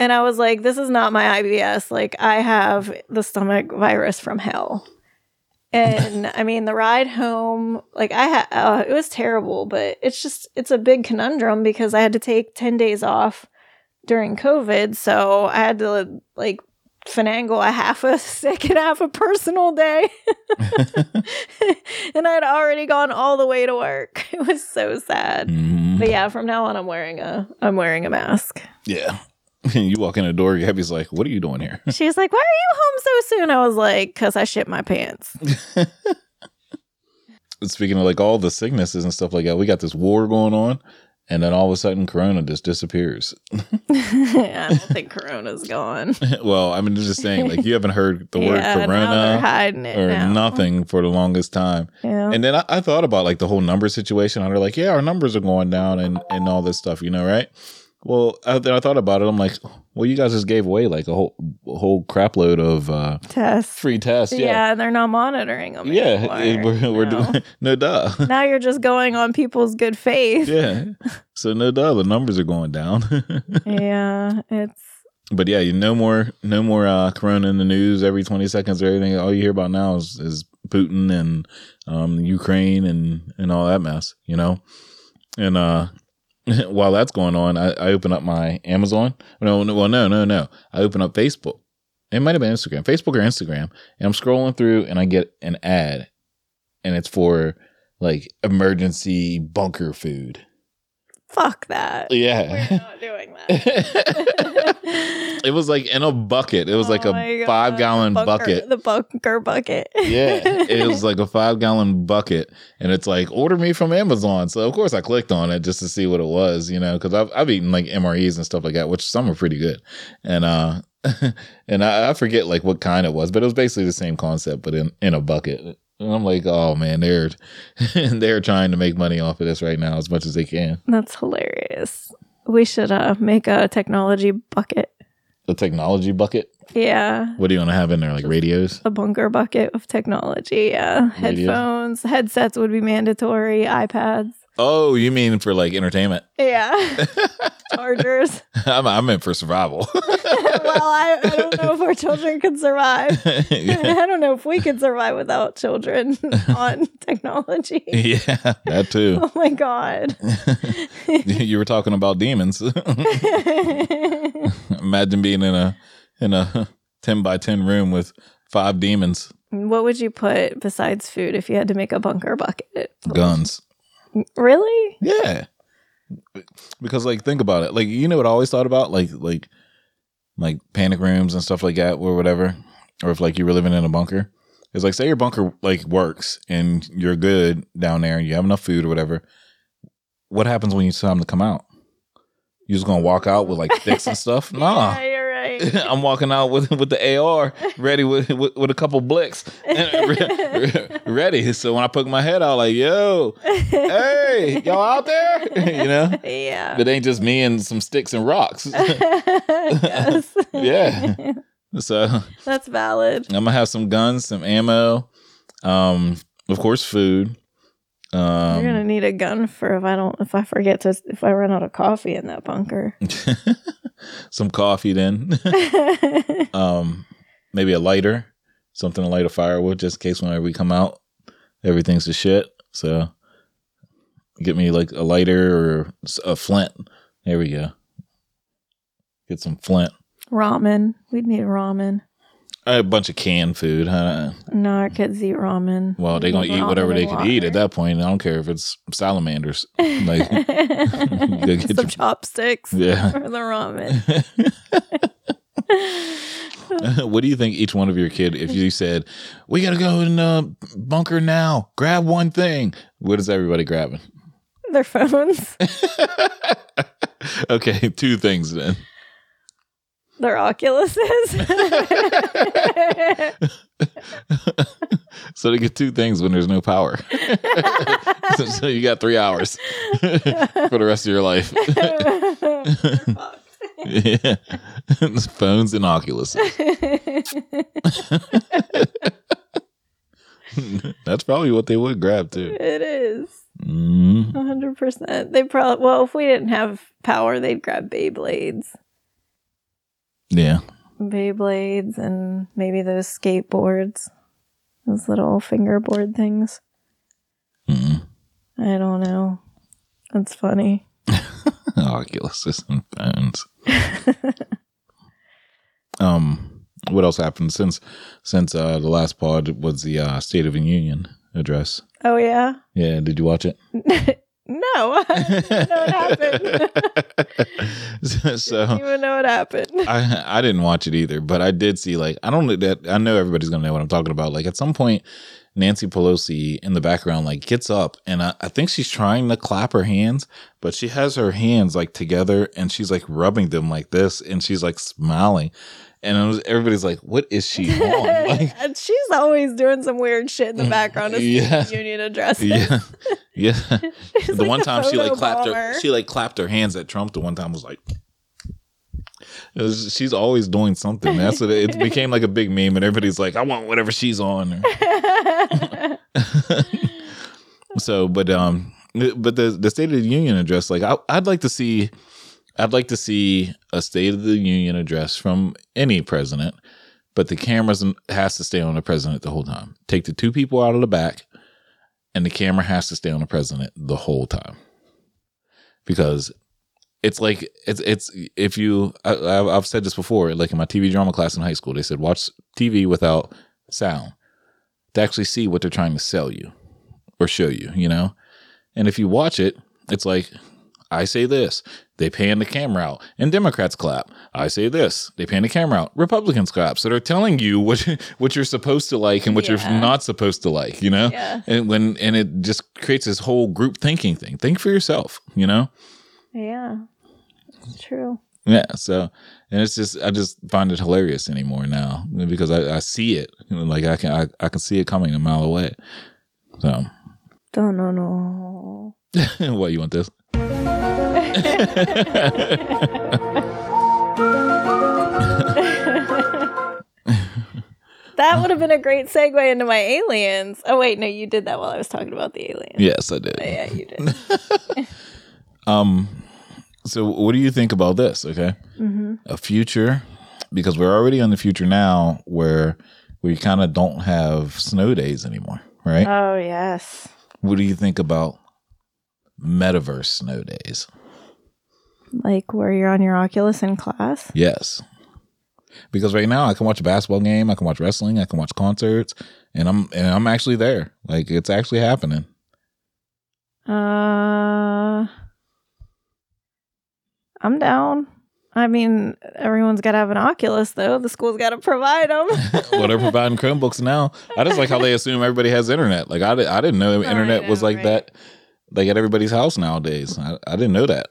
[SPEAKER 2] And I was like, this is not my IBS. Like, I have the stomach virus from hell. And I mean, the ride home, like, I had, uh, it was terrible, but it's just, it's a big conundrum because I had to take 10 days off during COVID. So I had to, like, finagle a half a sick and half a personal day. and I'd already gone all the way to work. It was so sad.
[SPEAKER 1] Mhm.
[SPEAKER 2] But yeah, from now on, I'm wearing a, I'm wearing a mask.
[SPEAKER 1] Yeah. you walk in the door. Gabby's like, "What are you doing here?"
[SPEAKER 2] She was like, Why are you home so soon? I was like, Because I shit my pants.
[SPEAKER 1] Speaking of like all the sicknesses and stuff like that, we got this war going on, and then all of a sudden, Corona just disappears.
[SPEAKER 2] I don't think Corona's gone.
[SPEAKER 1] well, I mean, I'm just saying, like you haven't heard the word
[SPEAKER 2] Yeah, now they're
[SPEAKER 1] Corona
[SPEAKER 2] hiding it
[SPEAKER 1] or
[SPEAKER 2] now.
[SPEAKER 1] nothing for the longest time.
[SPEAKER 2] Yeah.
[SPEAKER 1] And then I, I thought about like the whole number situation. And they're like, yeah, our numbers are going down and, and all this stuff, you know, right? Well, I, then I thought about it. I'm like, well, you guys just gave away like a whole a whole crapload of uh,
[SPEAKER 2] Tests.
[SPEAKER 1] free tests. Yeah. Oh,
[SPEAKER 2] Yeah. they're not monitoring them.
[SPEAKER 1] Yeah.
[SPEAKER 2] anymore.
[SPEAKER 1] We're, we're
[SPEAKER 2] No.
[SPEAKER 1] doing, no duh.
[SPEAKER 2] now you're just going on people's good faith.
[SPEAKER 1] yeah. So no duh, the numbers are going down.
[SPEAKER 2] Yeah, it's
[SPEAKER 1] but yeah, you no more no more uh, corona in the news every 20 seconds or anything. All you hear about now is, is Putin and um, Ukraine and and all that mess, you know. And uh, while that's going on, I, I open up my Amazon. No, no, well, no, no, no. I open up Facebook. It might have been Instagram, Facebook or Instagram, and I'm scrolling through and I get an ad, and it's for like emergency bunker food.
[SPEAKER 2] fuck that.
[SPEAKER 1] Yeah.
[SPEAKER 2] We're not doing that.
[SPEAKER 1] it was like in a bucket. It was like
[SPEAKER 2] Oh my
[SPEAKER 1] a
[SPEAKER 2] God,
[SPEAKER 1] five gallon
[SPEAKER 2] Bunker-
[SPEAKER 1] bucket.
[SPEAKER 2] The bunker bucket.
[SPEAKER 1] Yeah, it was like a five gallon bucket, and it's like order me from Amazon. So of course I clicked on it just to see what it was, you know, because I've I've eaten like MREs and stuff like that, which some are pretty good, and uh, and I, I forget like what kind it was, but it was basically the same concept, but in in a bucket. And I'm like, oh man, they're they're trying to make money off of this right now as much as they can.
[SPEAKER 2] That's hilarious. We should uh, make a technology bucket.
[SPEAKER 1] The technology bucket.
[SPEAKER 2] Yeah.
[SPEAKER 1] What do you want to have in there? Like radios.
[SPEAKER 2] a bunker bucket of technology. Yeah.
[SPEAKER 1] Radio.
[SPEAKER 2] Headphones, headsets would be mandatory, iPads.
[SPEAKER 1] Oh, you mean for like entertainment?
[SPEAKER 2] Yeah. Chargers.
[SPEAKER 1] I'm, I'm in for survival.
[SPEAKER 2] well, I, I don't know if our children could survive.
[SPEAKER 1] yeah.
[SPEAKER 2] I don't know if we could survive without children on technology.
[SPEAKER 1] yeah, that too.
[SPEAKER 2] Oh my God.
[SPEAKER 1] you were talking about demons. Imagine being in a in a ten by ten room with five demons.
[SPEAKER 2] What would you put besides food if you had to make a bunker bucket?
[SPEAKER 1] Guns.
[SPEAKER 2] Really?
[SPEAKER 1] Yeah. Because like think about it. Like you know what I always thought about? Like like like panic rooms and stuff like that or whatever. Or if like you were living in a bunker. It's like say your bunker like works and you're good down there and you have enough food or whatever. What happens when it's time to come out? You just gonna walk out with like sticks and stuff? Nah.
[SPEAKER 2] Yeah, you're right.
[SPEAKER 1] I'm walking out with with the AR ready with with, with a couple blicks ready. So when I poke my head out, like yo, hey, y'all out there? you know,
[SPEAKER 2] yeah.
[SPEAKER 1] it ain't just me and some sticks and rocks.
[SPEAKER 2] Yes.
[SPEAKER 1] Yeah. so I'm
[SPEAKER 2] That's valid.
[SPEAKER 1] gonna have some guns, some ammo, um, of course, food. Um,
[SPEAKER 2] You're gonna need a gun for if I don't if I forget to if I run out of coffee in that bunker.
[SPEAKER 1] some coffee then. um, maybe a lighter, something to light a fire with, just in case whenever we come out, everything's a shit. So get me like a lighter or s- a flint. There we go. Get some flint.
[SPEAKER 2] ramen. We'd need ramen.
[SPEAKER 1] A bunch of canned food. Huh?
[SPEAKER 2] No, our kids eat ramen.
[SPEAKER 1] Well, they're gonna eat whatever they can eat at that point. I don't care if it's salamanders. Like, You go
[SPEAKER 2] point.
[SPEAKER 1] get
[SPEAKER 2] Some
[SPEAKER 1] your-
[SPEAKER 2] chopsticks
[SPEAKER 1] yeah.
[SPEAKER 2] for the ramen.
[SPEAKER 1] what do you think each one of your kid, if you said, "We gotta go in the bunker now, grab one thing," what is everybody grabbing?
[SPEAKER 2] Their phones,
[SPEAKER 1] okay, two things then.
[SPEAKER 2] their Oculuses.
[SPEAKER 1] So they get two things when there's no power. so, so you got three hours for the rest of your life. yeah. Phones and Oculus. That's probably what they would grab too.
[SPEAKER 2] it is
[SPEAKER 1] Mm.
[SPEAKER 2] 100%. They probably, well, if we didn't have power, they'd grab Beyblades.
[SPEAKER 1] Yeah.
[SPEAKER 2] Beyblades and maybe those skateboards, those little fingerboard things.
[SPEAKER 1] Mm.
[SPEAKER 2] I don't know. That's funny.
[SPEAKER 1] Oculus and phones. um, what else happened since since uh, the last pod was the uh, State of the Union address?
[SPEAKER 2] Oh, yeah?
[SPEAKER 1] Yeah, did you watch it?
[SPEAKER 2] No, I didn't know it happened.
[SPEAKER 1] so,
[SPEAKER 2] didn't even know it happened.
[SPEAKER 1] I I didn't watch it either, but I did see like I don't know that I know everybody's gonna know what I'm talking about. Like at some point, Nancy Pelosi in the background like gets up and I, I think she's trying to clap her hands, but she has her hands like together and she's like rubbing them like this and she's like smiling, and it was, everybody's like, "What is she on?" Like,
[SPEAKER 2] and she's always doing some weird shit in the background of
[SPEAKER 1] Yeah.
[SPEAKER 2] yeah. union addresses.
[SPEAKER 1] yeah, yeah.
[SPEAKER 2] She's
[SPEAKER 1] the
[SPEAKER 2] like
[SPEAKER 1] one
[SPEAKER 2] a
[SPEAKER 1] time she like
[SPEAKER 2] photo
[SPEAKER 1] clapped
[SPEAKER 2] bomber.
[SPEAKER 1] her she like clapped her hands at Trump. The one time was like It was- she's always doing something. That's what it, it became like a big meme, and everybody's like, "I want whatever she's on." so, but um, but the the State of the Union address, like, I, I'd like to see, I'd like to see a State of the Union address from any president, but the cameras n- has to stay on the president the whole time. Take the two people out of the back, and the camera has to stay on the president the whole time, because it's like it's it's if you I, I've I've said this before like in my TV drama class in high school they said watch TV without sound to actually see what they're trying to sell you or show you you know and if you watch it it's like I say this they pan the camera out and Democrats clap I say this they pan the camera out Republicans clap so they're telling you what you- what you're supposed to like and what you're
[SPEAKER 2] Yeah.
[SPEAKER 1] not supposed to like you know
[SPEAKER 2] Yeah.
[SPEAKER 1] and when and it just creates this whole group thinking thing think for yourself you know
[SPEAKER 2] Yeah. It's true.
[SPEAKER 1] yeah. So, and it's just I just find it hilarious anymore now because I, I see it You know, like I can I, I can see it coming a mile away. So,
[SPEAKER 2] Don't know. No.
[SPEAKER 1] what you want this?
[SPEAKER 2] That would have been a great segue into my aliens. Oh, wait. No, you did that while I was talking about the aliens.
[SPEAKER 1] Yes, I did.
[SPEAKER 2] Oh, yeah, you did.
[SPEAKER 1] Um, so what do you think about this? Okay,
[SPEAKER 2] hmm
[SPEAKER 1] a future because we're already in the future now where we kind of don't have snow days anymore, right?
[SPEAKER 2] Oh, yes.
[SPEAKER 1] what do you think about metaverse snow days?
[SPEAKER 2] Like where you're on your Oculus in class?
[SPEAKER 1] Yes. because right now I can watch a basketball game, I can watch wrestling, I can watch concerts, and I'm and I'm actually there. Like it's actually happening.
[SPEAKER 2] Uh, I'm down. I mean, everyone's got to have an Oculus, though. The school's got to provide them.
[SPEAKER 1] well, they're providing Chromebooks now. I just like how they assume everybody has internet. Like I, di- I didn't know
[SPEAKER 2] I
[SPEAKER 1] internet was
[SPEAKER 2] know,
[SPEAKER 1] like
[SPEAKER 2] Oh, right.
[SPEAKER 1] that, like at everybody's house nowadays. I, I didn't know that.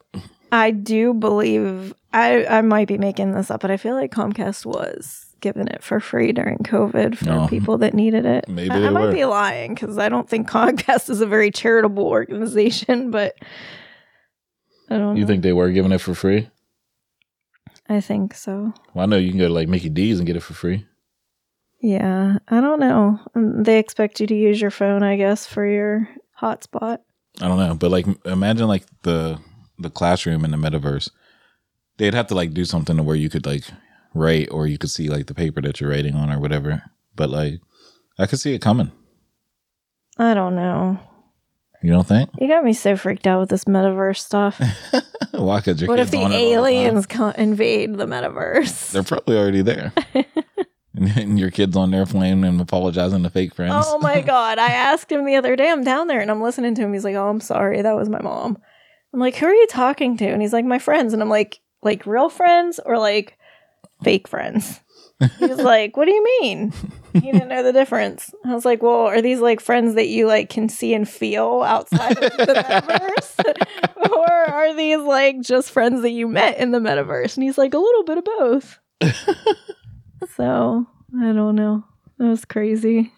[SPEAKER 2] I do believe I I might be making this up, but I feel like Comcast was giving it for free during COVID for
[SPEAKER 1] No.
[SPEAKER 2] people that needed it.
[SPEAKER 1] Maybe
[SPEAKER 2] I, I
[SPEAKER 1] they
[SPEAKER 2] might
[SPEAKER 1] were.
[SPEAKER 2] be lying because I don't think Comcast is a very charitable organization, but I don't.
[SPEAKER 1] You
[SPEAKER 2] know.
[SPEAKER 1] think they were giving it for free?
[SPEAKER 2] I think so.
[SPEAKER 1] Well, I know you can go to like Mickey D's and get it for free.
[SPEAKER 2] Yeah, I don't know. Mm, They expect you to use your phone, I guess, for your hotspot.
[SPEAKER 1] I don't know, but like imagine like the the classroom in the metaverse. They'd have to like do something to where you could like write or you could see like the paper that you're writing on or whatever. But like I could see it coming.
[SPEAKER 2] I don't know.
[SPEAKER 1] You don't think?
[SPEAKER 2] You got me so freaked out with this metaverse stuff.
[SPEAKER 1] Why could your
[SPEAKER 2] what
[SPEAKER 1] kids
[SPEAKER 2] if the
[SPEAKER 1] on it all time?
[SPEAKER 2] aliens co- invade the metaverse?
[SPEAKER 1] They're probably already there. and your kids on their plane and apologizing to fake friends.
[SPEAKER 2] Oh my god! I asked him the other day. I'm down there and I'm listening to him. He's like, "Oh, I'm sorry, that was my mom." I'm like, "Who are you talking to?" And he's like, "My friends." And I'm like, "Like real friends or like fake friends?" He was like, "What do you mean?" He didn't know the difference. I was like, "Well, are these like friends that you like can see and feel outside of the metaverse, or are these like just friends that you met in the metaverse?" And he's like, "A little bit of both." so I don't know. That was crazy.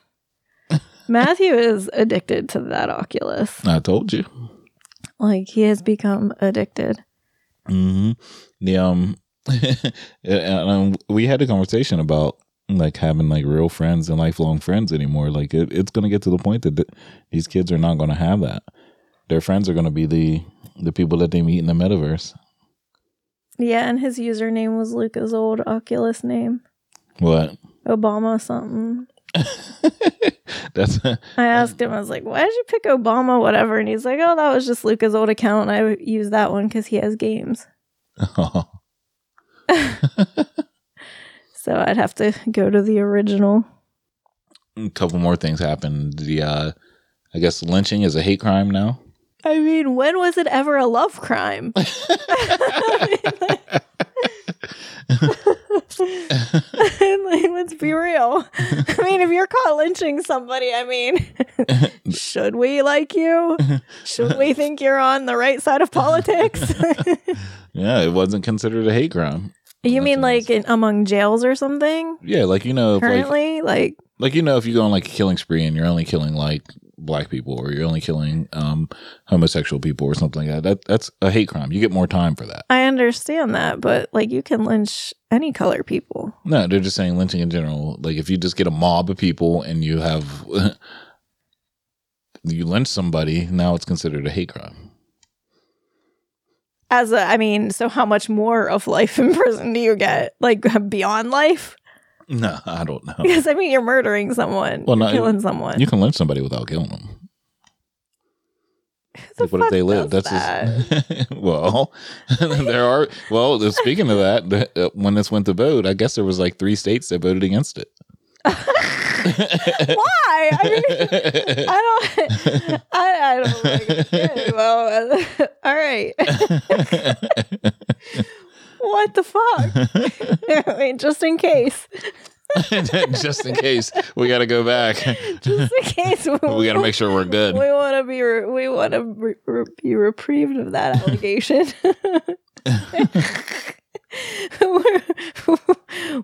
[SPEAKER 2] Matthew is addicted to that Oculus.
[SPEAKER 1] I told you.
[SPEAKER 2] Like he has become addicted.
[SPEAKER 1] hmm The um, and, um, we had a conversation about like having like real friends and lifelong friends anymore. Like it, it's gonna get to the point that th- these kids are not gonna have that. Their friends are gonna be the the people that they meet in the metaverse.
[SPEAKER 2] Yeah, and his username was Luca's old Oculus name,
[SPEAKER 1] What?
[SPEAKER 2] Obama something.
[SPEAKER 1] That's
[SPEAKER 2] I asked him, I was like, "Why did you pick Obama?" Whatever, and he's like, "Oh, that was just Luca's old account. I use that one because he has games." So I'd have to go to the original.
[SPEAKER 1] a couple more things happened. The uh, I guess lynching is a hate crime now.
[SPEAKER 2] I mean, when was it ever a love crime? like, let's be real. I mean, if you're caught lynching somebody, I mean, should we like you? Should we think you're on the right side of politics?
[SPEAKER 1] yeah, it wasn't considered a hate crime.
[SPEAKER 2] you mean
[SPEAKER 1] Nothing
[SPEAKER 2] like in, among jails or something?
[SPEAKER 1] Yeah, like you know, if, like
[SPEAKER 2] Currently, like,
[SPEAKER 1] like you know if you go on like a killing spree and you're only killing like black people or you're only killing um homosexual people or something like that, that that's a hate crime you get more time for that
[SPEAKER 2] I understand that, but like, you can lynch any color people.
[SPEAKER 1] no they're just saying lynching in general like if you just get a mob of people and you have you lynch somebody now it's considered a hate crime
[SPEAKER 2] As a, I mean, so how much more of life in prison do you get? Like beyond life?
[SPEAKER 1] no i don't know
[SPEAKER 2] Because I mean, you're murdering someone,
[SPEAKER 1] Oh. Well,
[SPEAKER 2] you're
[SPEAKER 1] no,
[SPEAKER 2] killing someone.
[SPEAKER 1] you can lynch somebody without killing them
[SPEAKER 2] Who the
[SPEAKER 1] Like, what if
[SPEAKER 2] fuck
[SPEAKER 1] they live?
[SPEAKER 2] does
[SPEAKER 1] That's just, well, there are. Well, th- speaking of that, th- uh, when this went to vote, I guess there was like three states that voted against it.
[SPEAKER 2] Why? I mean, I don't. I, I don't. Like, okay, well, all right. What the fuck? I mean, just in case.
[SPEAKER 1] just in case we got to go back,
[SPEAKER 2] Just in case. We,
[SPEAKER 1] we got to make sure we're good.
[SPEAKER 2] We want to be. Re- we want to re- re- be reprieved of that allegation. we're,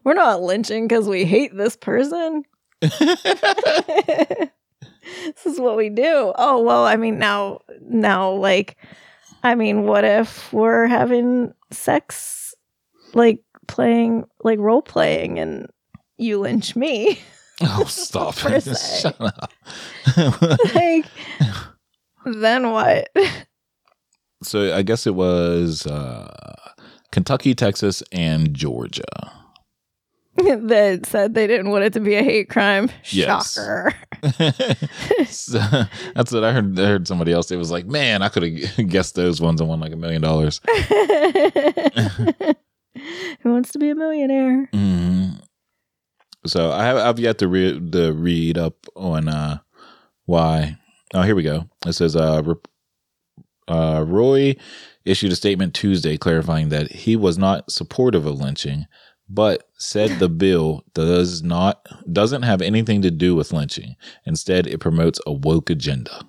[SPEAKER 2] we're not lynching because we hate this person. this is what we do. Oh well, I mean now now like I mean what if we're having sex like playing like role playing and you lynch me?
[SPEAKER 1] Oh, stop!
[SPEAKER 2] Per se.
[SPEAKER 1] Shut up.
[SPEAKER 2] like then what?
[SPEAKER 1] so I guess it was uh, Kentucky, Texas, and Georgia.
[SPEAKER 2] that said they didn't want it to be a hate crime.
[SPEAKER 1] Yes.
[SPEAKER 2] Shocker.
[SPEAKER 1] so, that's what I heard. I heard somebody else. It was like, man, I could have guessed those ones and won like a million dollars.
[SPEAKER 2] Who wants to be a millionaire?
[SPEAKER 1] hmm So I have I've yet to read the read up on uh, why. Oh, here we go. It says uh, Rep- uh, Roy issued a statement Tuesday clarifying that he was not supportive of lynching, but said the bill does not doesn't have anything to do with lynching. Instead, it promotes a woke agenda.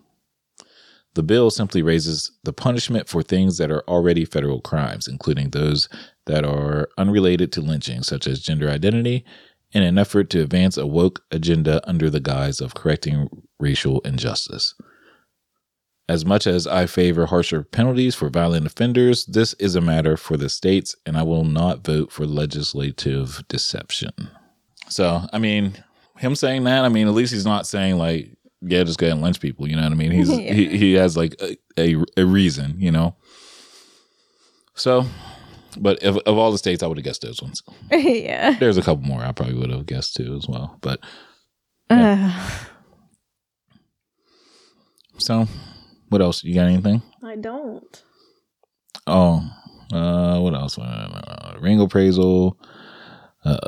[SPEAKER 1] The bill simply raises the punishment for things that are already federal crimes, including those that are unrelated to lynching, such as gender identity, in an effort to advance a woke agenda under the guise of correcting racial injustice. As much as I favor harsher penalties for violent offenders, this is a matter for the states, and I will not vote for legislative deception. So, I mean, him saying that, I mean, at least he's not saying like, yeah, just go ahead and lynch people. You know what I mean? He's
[SPEAKER 2] Yeah.
[SPEAKER 1] he, he has like a, a a reason, you know. So, but of, of all the states, I would have guessed those ones.
[SPEAKER 2] yeah.
[SPEAKER 1] There's a couple more I probably would have guessed too as well. But so, what else? You got anything?
[SPEAKER 2] I don't.
[SPEAKER 1] Oh, uh, what else? Uh, ring appraisal. Uh,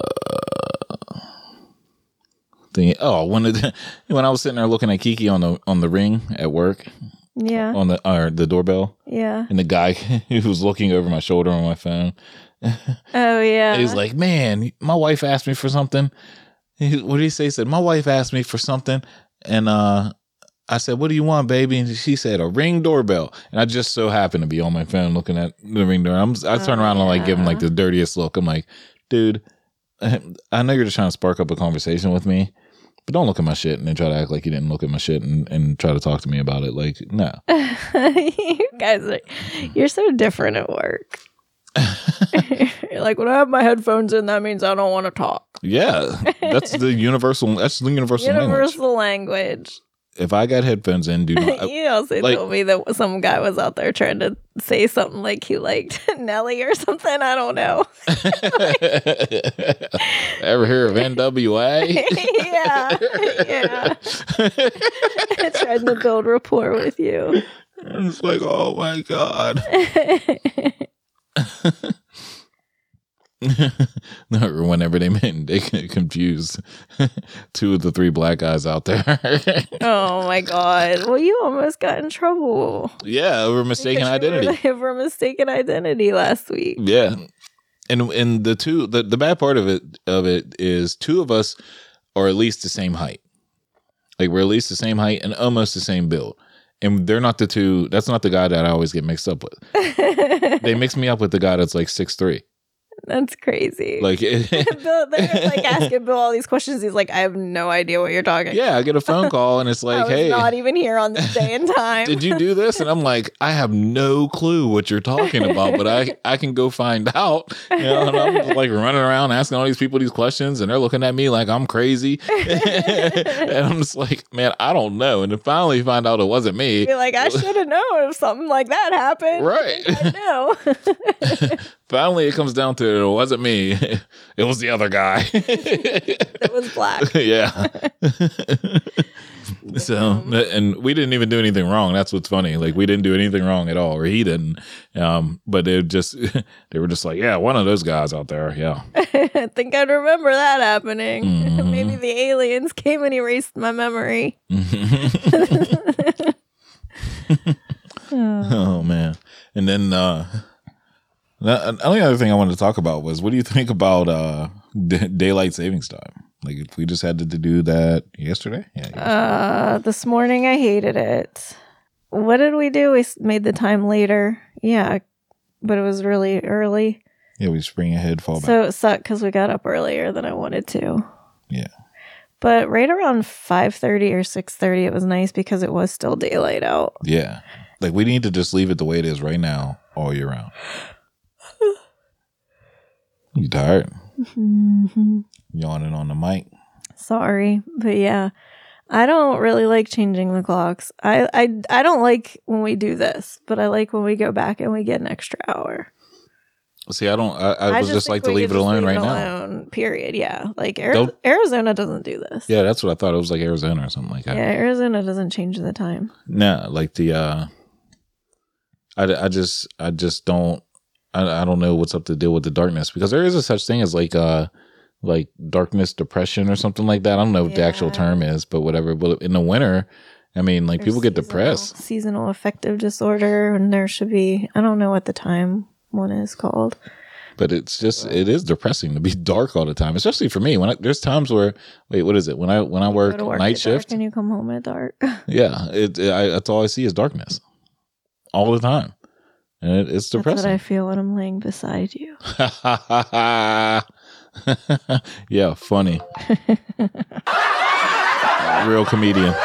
[SPEAKER 1] the oh, one of the when I was sitting there looking at Kiki on the on the ring at work
[SPEAKER 2] Yeah.
[SPEAKER 1] on the or the doorbell,
[SPEAKER 2] Yeah.
[SPEAKER 1] and the guy who was looking over my shoulder on my phone,
[SPEAKER 2] Oh yeah.
[SPEAKER 1] And He's like, man, my wife asked me for something. He, what did he say? He said, my wife asked me for something. And uh, I said, what do you want, baby? And she said, a ring doorbell. And I just so happened to be on my phone looking at the ring doorbell. I'm, I turn
[SPEAKER 2] Oh,
[SPEAKER 1] around and like give him like
[SPEAKER 2] yeah.
[SPEAKER 1] the dirtiest look. I'm like, dude, I know you're just trying to spark up a conversation with me, but don't look at my shit and then try to act like you didn't look at my shit and, and try to talk to me about it. Like, no.
[SPEAKER 2] you guys are you're so different at work. you're like when I have my headphones in, that means I don't want to talk.
[SPEAKER 1] Yeah. That's the universal, that's the universal, language.
[SPEAKER 2] Universal language.
[SPEAKER 1] If I got headphones in, do not,
[SPEAKER 2] you also
[SPEAKER 1] like-
[SPEAKER 2] told me that some guy was out there trying to say something like he liked Nelly or something. I don't know.
[SPEAKER 1] Ever hear of NWA?
[SPEAKER 2] yeah, yeah. trying to build rapport with you.
[SPEAKER 1] it's like, oh my god. Or Whenever they meant they get confused two of the three black guys out there.
[SPEAKER 2] oh my god! Well, you almost got in trouble.
[SPEAKER 1] yeah, over mistaken
[SPEAKER 2] Because you were
[SPEAKER 1] identity.
[SPEAKER 2] like, for mistaken identity last week.
[SPEAKER 1] Yeah. And and the two the, the bad part of it of it is two of us are at least the same height. Like we're at least the same height and almost the same build. And they're not the two that's not the guy that I always get mixed up with. they mix me up with the guy that's like six three.
[SPEAKER 2] That's crazy.
[SPEAKER 1] Like,
[SPEAKER 2] Bill, they're like asking Bill all these questions. He's like, I have no idea what you're talking.
[SPEAKER 1] yeah, I get a phone call and it's
[SPEAKER 2] I
[SPEAKER 1] like,
[SPEAKER 2] was
[SPEAKER 1] hey,
[SPEAKER 2] not even here on this day and time.
[SPEAKER 1] did you do this? And I'm like, I have no clue what you're talking about, but I I can go find out. You know, and I'm just, like running around asking all these people these questions, and they're looking at me like I'm crazy, and I'm just like, man, I don't know. And then finally find out it wasn't me.
[SPEAKER 2] You're like, I should have known if something like that happened. I
[SPEAKER 1] Right.
[SPEAKER 2] know.
[SPEAKER 1] Finally, it comes down to it wasn't me. It was the other guy.
[SPEAKER 2] it was black.
[SPEAKER 1] yeah. so, and we didn't even do anything wrong. That's what's funny. Like we didn't do anything wrong at all, or he didn't. Um, but they just they were just like, yeah, one of those guys out there. Yeah,
[SPEAKER 2] I think I'd remember that happening.
[SPEAKER 1] Mhm.
[SPEAKER 2] Maybe the aliens came and erased my memory. Oh.
[SPEAKER 1] oh man. And then uh, the the only other thing I wanted to talk about was what do you think about uh d- daylight savings time? Like if we just had to do that yesterday, yeah,
[SPEAKER 2] Uh, this morning I hated it. What did we do? We s- made the time later. Yeah, but it was really early.
[SPEAKER 1] yeah, we spring ahead, fall back.
[SPEAKER 2] So it sucked because we got up earlier than I wanted to.
[SPEAKER 1] Yeah.
[SPEAKER 2] But right around five thirty or six thirty, it was nice because it was still daylight out.
[SPEAKER 1] Yeah. Like we need to just leave it the way it is right now all year round. you tired? Yawning on the mic.
[SPEAKER 2] Sorry, but yeah, I don't really like changing the clocks. I, I I don't like when we do this, but I like when we go back and we get an extra hour.
[SPEAKER 1] See, I don't I, I, was just,
[SPEAKER 2] think
[SPEAKER 1] like to
[SPEAKER 2] we
[SPEAKER 1] leave it
[SPEAKER 2] could just
[SPEAKER 1] alone right now.
[SPEAKER 2] alone, period. Yeah, like Ari-
[SPEAKER 1] Don't-
[SPEAKER 2] Arizona doesn't do this.
[SPEAKER 1] Yeah, that's what I thought. It was like Arizona or something like that.
[SPEAKER 2] yeah, Arizona doesn't change the time.
[SPEAKER 1] No, like the uh I, I just I just don't I, I don't know what's up to deal with the darkness because there is a such thing as like uh like darkness depression or something like that. I don't know what the actual
[SPEAKER 2] Yeah.
[SPEAKER 1] term is, but whatever. But in the winter, I mean, like
[SPEAKER 2] Or
[SPEAKER 1] people get
[SPEAKER 2] seasonal-
[SPEAKER 1] depressed.
[SPEAKER 2] Seasonal affective disorder, and there should be, I don't know what the time one is called.
[SPEAKER 1] but it's just it is depressing to be dark all the time especially for me when I, there's times where wait what is it when i when i
[SPEAKER 2] Go
[SPEAKER 1] work,
[SPEAKER 2] to
[SPEAKER 1] night
[SPEAKER 2] at dark
[SPEAKER 1] shift
[SPEAKER 2] and you come home at dark.
[SPEAKER 1] yeah it, it- I, that's all i see is darkness all the time and it, it's
[SPEAKER 2] That's what I
[SPEAKER 1] depressing
[SPEAKER 2] feel when I'm laying beside you.
[SPEAKER 1] yeah funny real comedian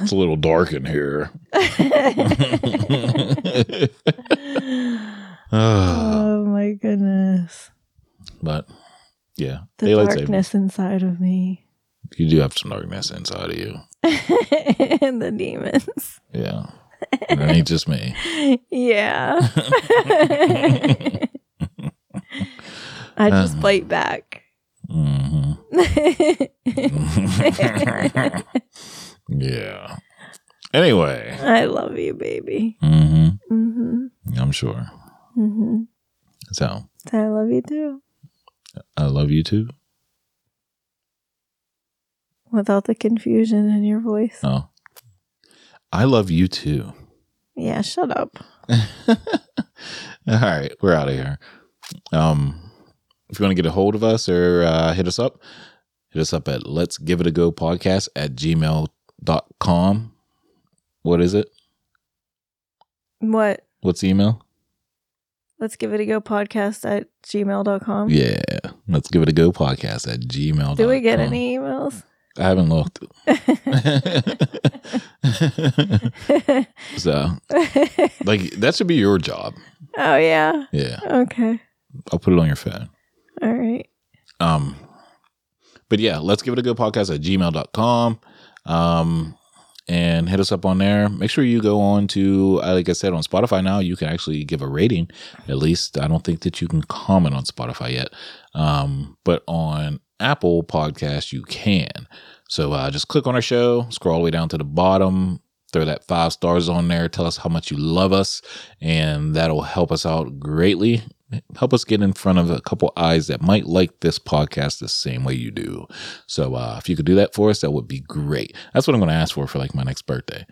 [SPEAKER 1] it's a little dark in here
[SPEAKER 2] oh my goodness.
[SPEAKER 1] but yeah
[SPEAKER 2] The
[SPEAKER 1] daylight saving
[SPEAKER 2] darkness inside of me.
[SPEAKER 1] you do have some darkness inside of you
[SPEAKER 2] and the demons.
[SPEAKER 1] Yeah. And it ain't just me.
[SPEAKER 2] Yeah. I just bite back.
[SPEAKER 1] hmm
[SPEAKER 2] I
[SPEAKER 1] yeah. Anyway,
[SPEAKER 2] love you, baby.
[SPEAKER 1] hmm
[SPEAKER 2] Mm-hmm.
[SPEAKER 1] I'm sure.
[SPEAKER 2] Mm-hmm.
[SPEAKER 1] So
[SPEAKER 2] I love you too.
[SPEAKER 1] I love you too.
[SPEAKER 2] Without the confusion in your voice.
[SPEAKER 1] Oh, I love you too.
[SPEAKER 2] Yeah, shut up.
[SPEAKER 1] All right, we're out of here. Um, if you want to get a hold of us or uh, hit us up, hit us up at let's give it a go podcast at gmail.com. What is it?
[SPEAKER 2] What?
[SPEAKER 1] What's the email?
[SPEAKER 2] Let's give it a go podcast at gmail.com.
[SPEAKER 1] Yeah. Let's give it a go podcast at gmail.com.
[SPEAKER 2] Do we get any emails?
[SPEAKER 1] I haven't looked. so, like, that should be your job.
[SPEAKER 2] oh, yeah.
[SPEAKER 1] Yeah.
[SPEAKER 2] Okay.
[SPEAKER 1] I'll put it on your phone.
[SPEAKER 2] All right.
[SPEAKER 1] Um, but yeah, let's give it a go podcast at gmail.com. Um, and hit us up on there. Make sure you go on to, uh, like I said, on Spotify now, you can actually give a rating. At least I don't think that you can comment on Spotify yet. Um, but on Apple Podcast, you can. So uh, just click on our show, scroll all the way down to the bottom, throw that five stars on there, tell us how much you love us, and that'll help us out greatly. Help us get in front of a couple eyes that might like this podcast the same way you do. So uh, if you could do that for us, that would be great. That's what I'm going to ask for for like my next birthday.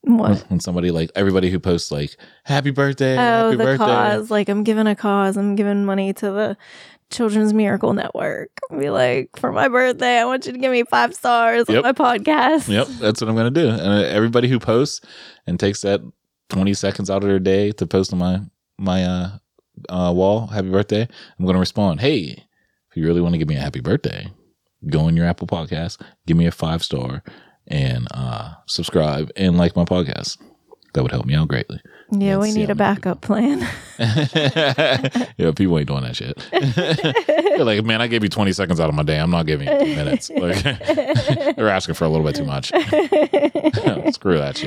[SPEAKER 1] When,
[SPEAKER 2] What?
[SPEAKER 1] when somebody like everybody who posts like "Happy birthday,
[SPEAKER 2] Oh,
[SPEAKER 1] happy
[SPEAKER 2] the
[SPEAKER 1] birthday,"
[SPEAKER 2] cause. Like, I'm giving a cause. I'm giving money to the Children's Miracle Network. Be like, for my birthday, I want you to give me five stars
[SPEAKER 1] Yep.
[SPEAKER 2] on my podcast.
[SPEAKER 1] Yep, that's what I'm gonna do. And uh, everybody who posts and takes that 20 seconds out of their day to post on my my uh, uh, wall, happy birthday, I'm gonna respond, hey, if you really want to give me a happy birthday, go on your Apple Podcast, give me a five star, and uh, subscribe and like my podcast. That would help me out greatly.
[SPEAKER 2] Yeah,
[SPEAKER 1] Let's
[SPEAKER 2] we
[SPEAKER 1] see
[SPEAKER 2] need
[SPEAKER 1] how
[SPEAKER 2] a
[SPEAKER 1] many
[SPEAKER 2] backup plan.
[SPEAKER 1] yeah, people ain't doing that shit. They're like, man, I gave you 20 seconds out of my day. I'm not giving you two minutes. Like, they're asking for a little bit too much. Screw that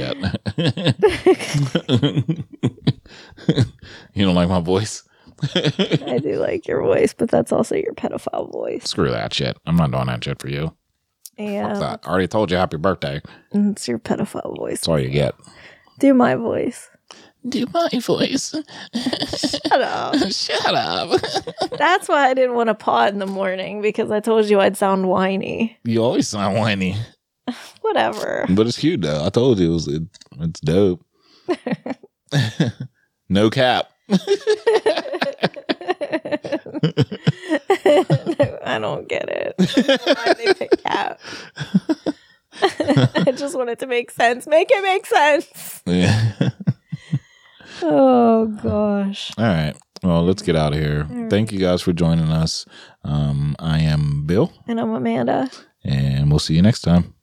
[SPEAKER 1] shit. you don't like my voice?
[SPEAKER 2] I do like your voice, but that's also your pedophile voice.
[SPEAKER 1] Screw that shit. I'm not doing that shit for you. Fuck
[SPEAKER 2] Yeah,
[SPEAKER 1] that. I already told you happy birthday.
[SPEAKER 2] it's your pedophile voice.
[SPEAKER 1] That's all you get.
[SPEAKER 2] Do my voice.
[SPEAKER 1] Do my voice.
[SPEAKER 2] Shut up.
[SPEAKER 1] Shut up.
[SPEAKER 2] That's why I didn't want to pod in the morning because I told you I'd sound whiny.
[SPEAKER 1] You always sound whiny.
[SPEAKER 2] Whatever.
[SPEAKER 1] But it's cute though. I told you it was it, it's dope. no cap.
[SPEAKER 2] No, I don't get it. Why they pick out? I just want it to make sense. Make it make sense.
[SPEAKER 1] Yeah.
[SPEAKER 2] Oh gosh.
[SPEAKER 1] All right. Well, let's get out of here.
[SPEAKER 2] All
[SPEAKER 1] Thank you guys for joining us. Um, I am Bill,
[SPEAKER 2] And I'm Amanda.
[SPEAKER 1] and we'll see you next time.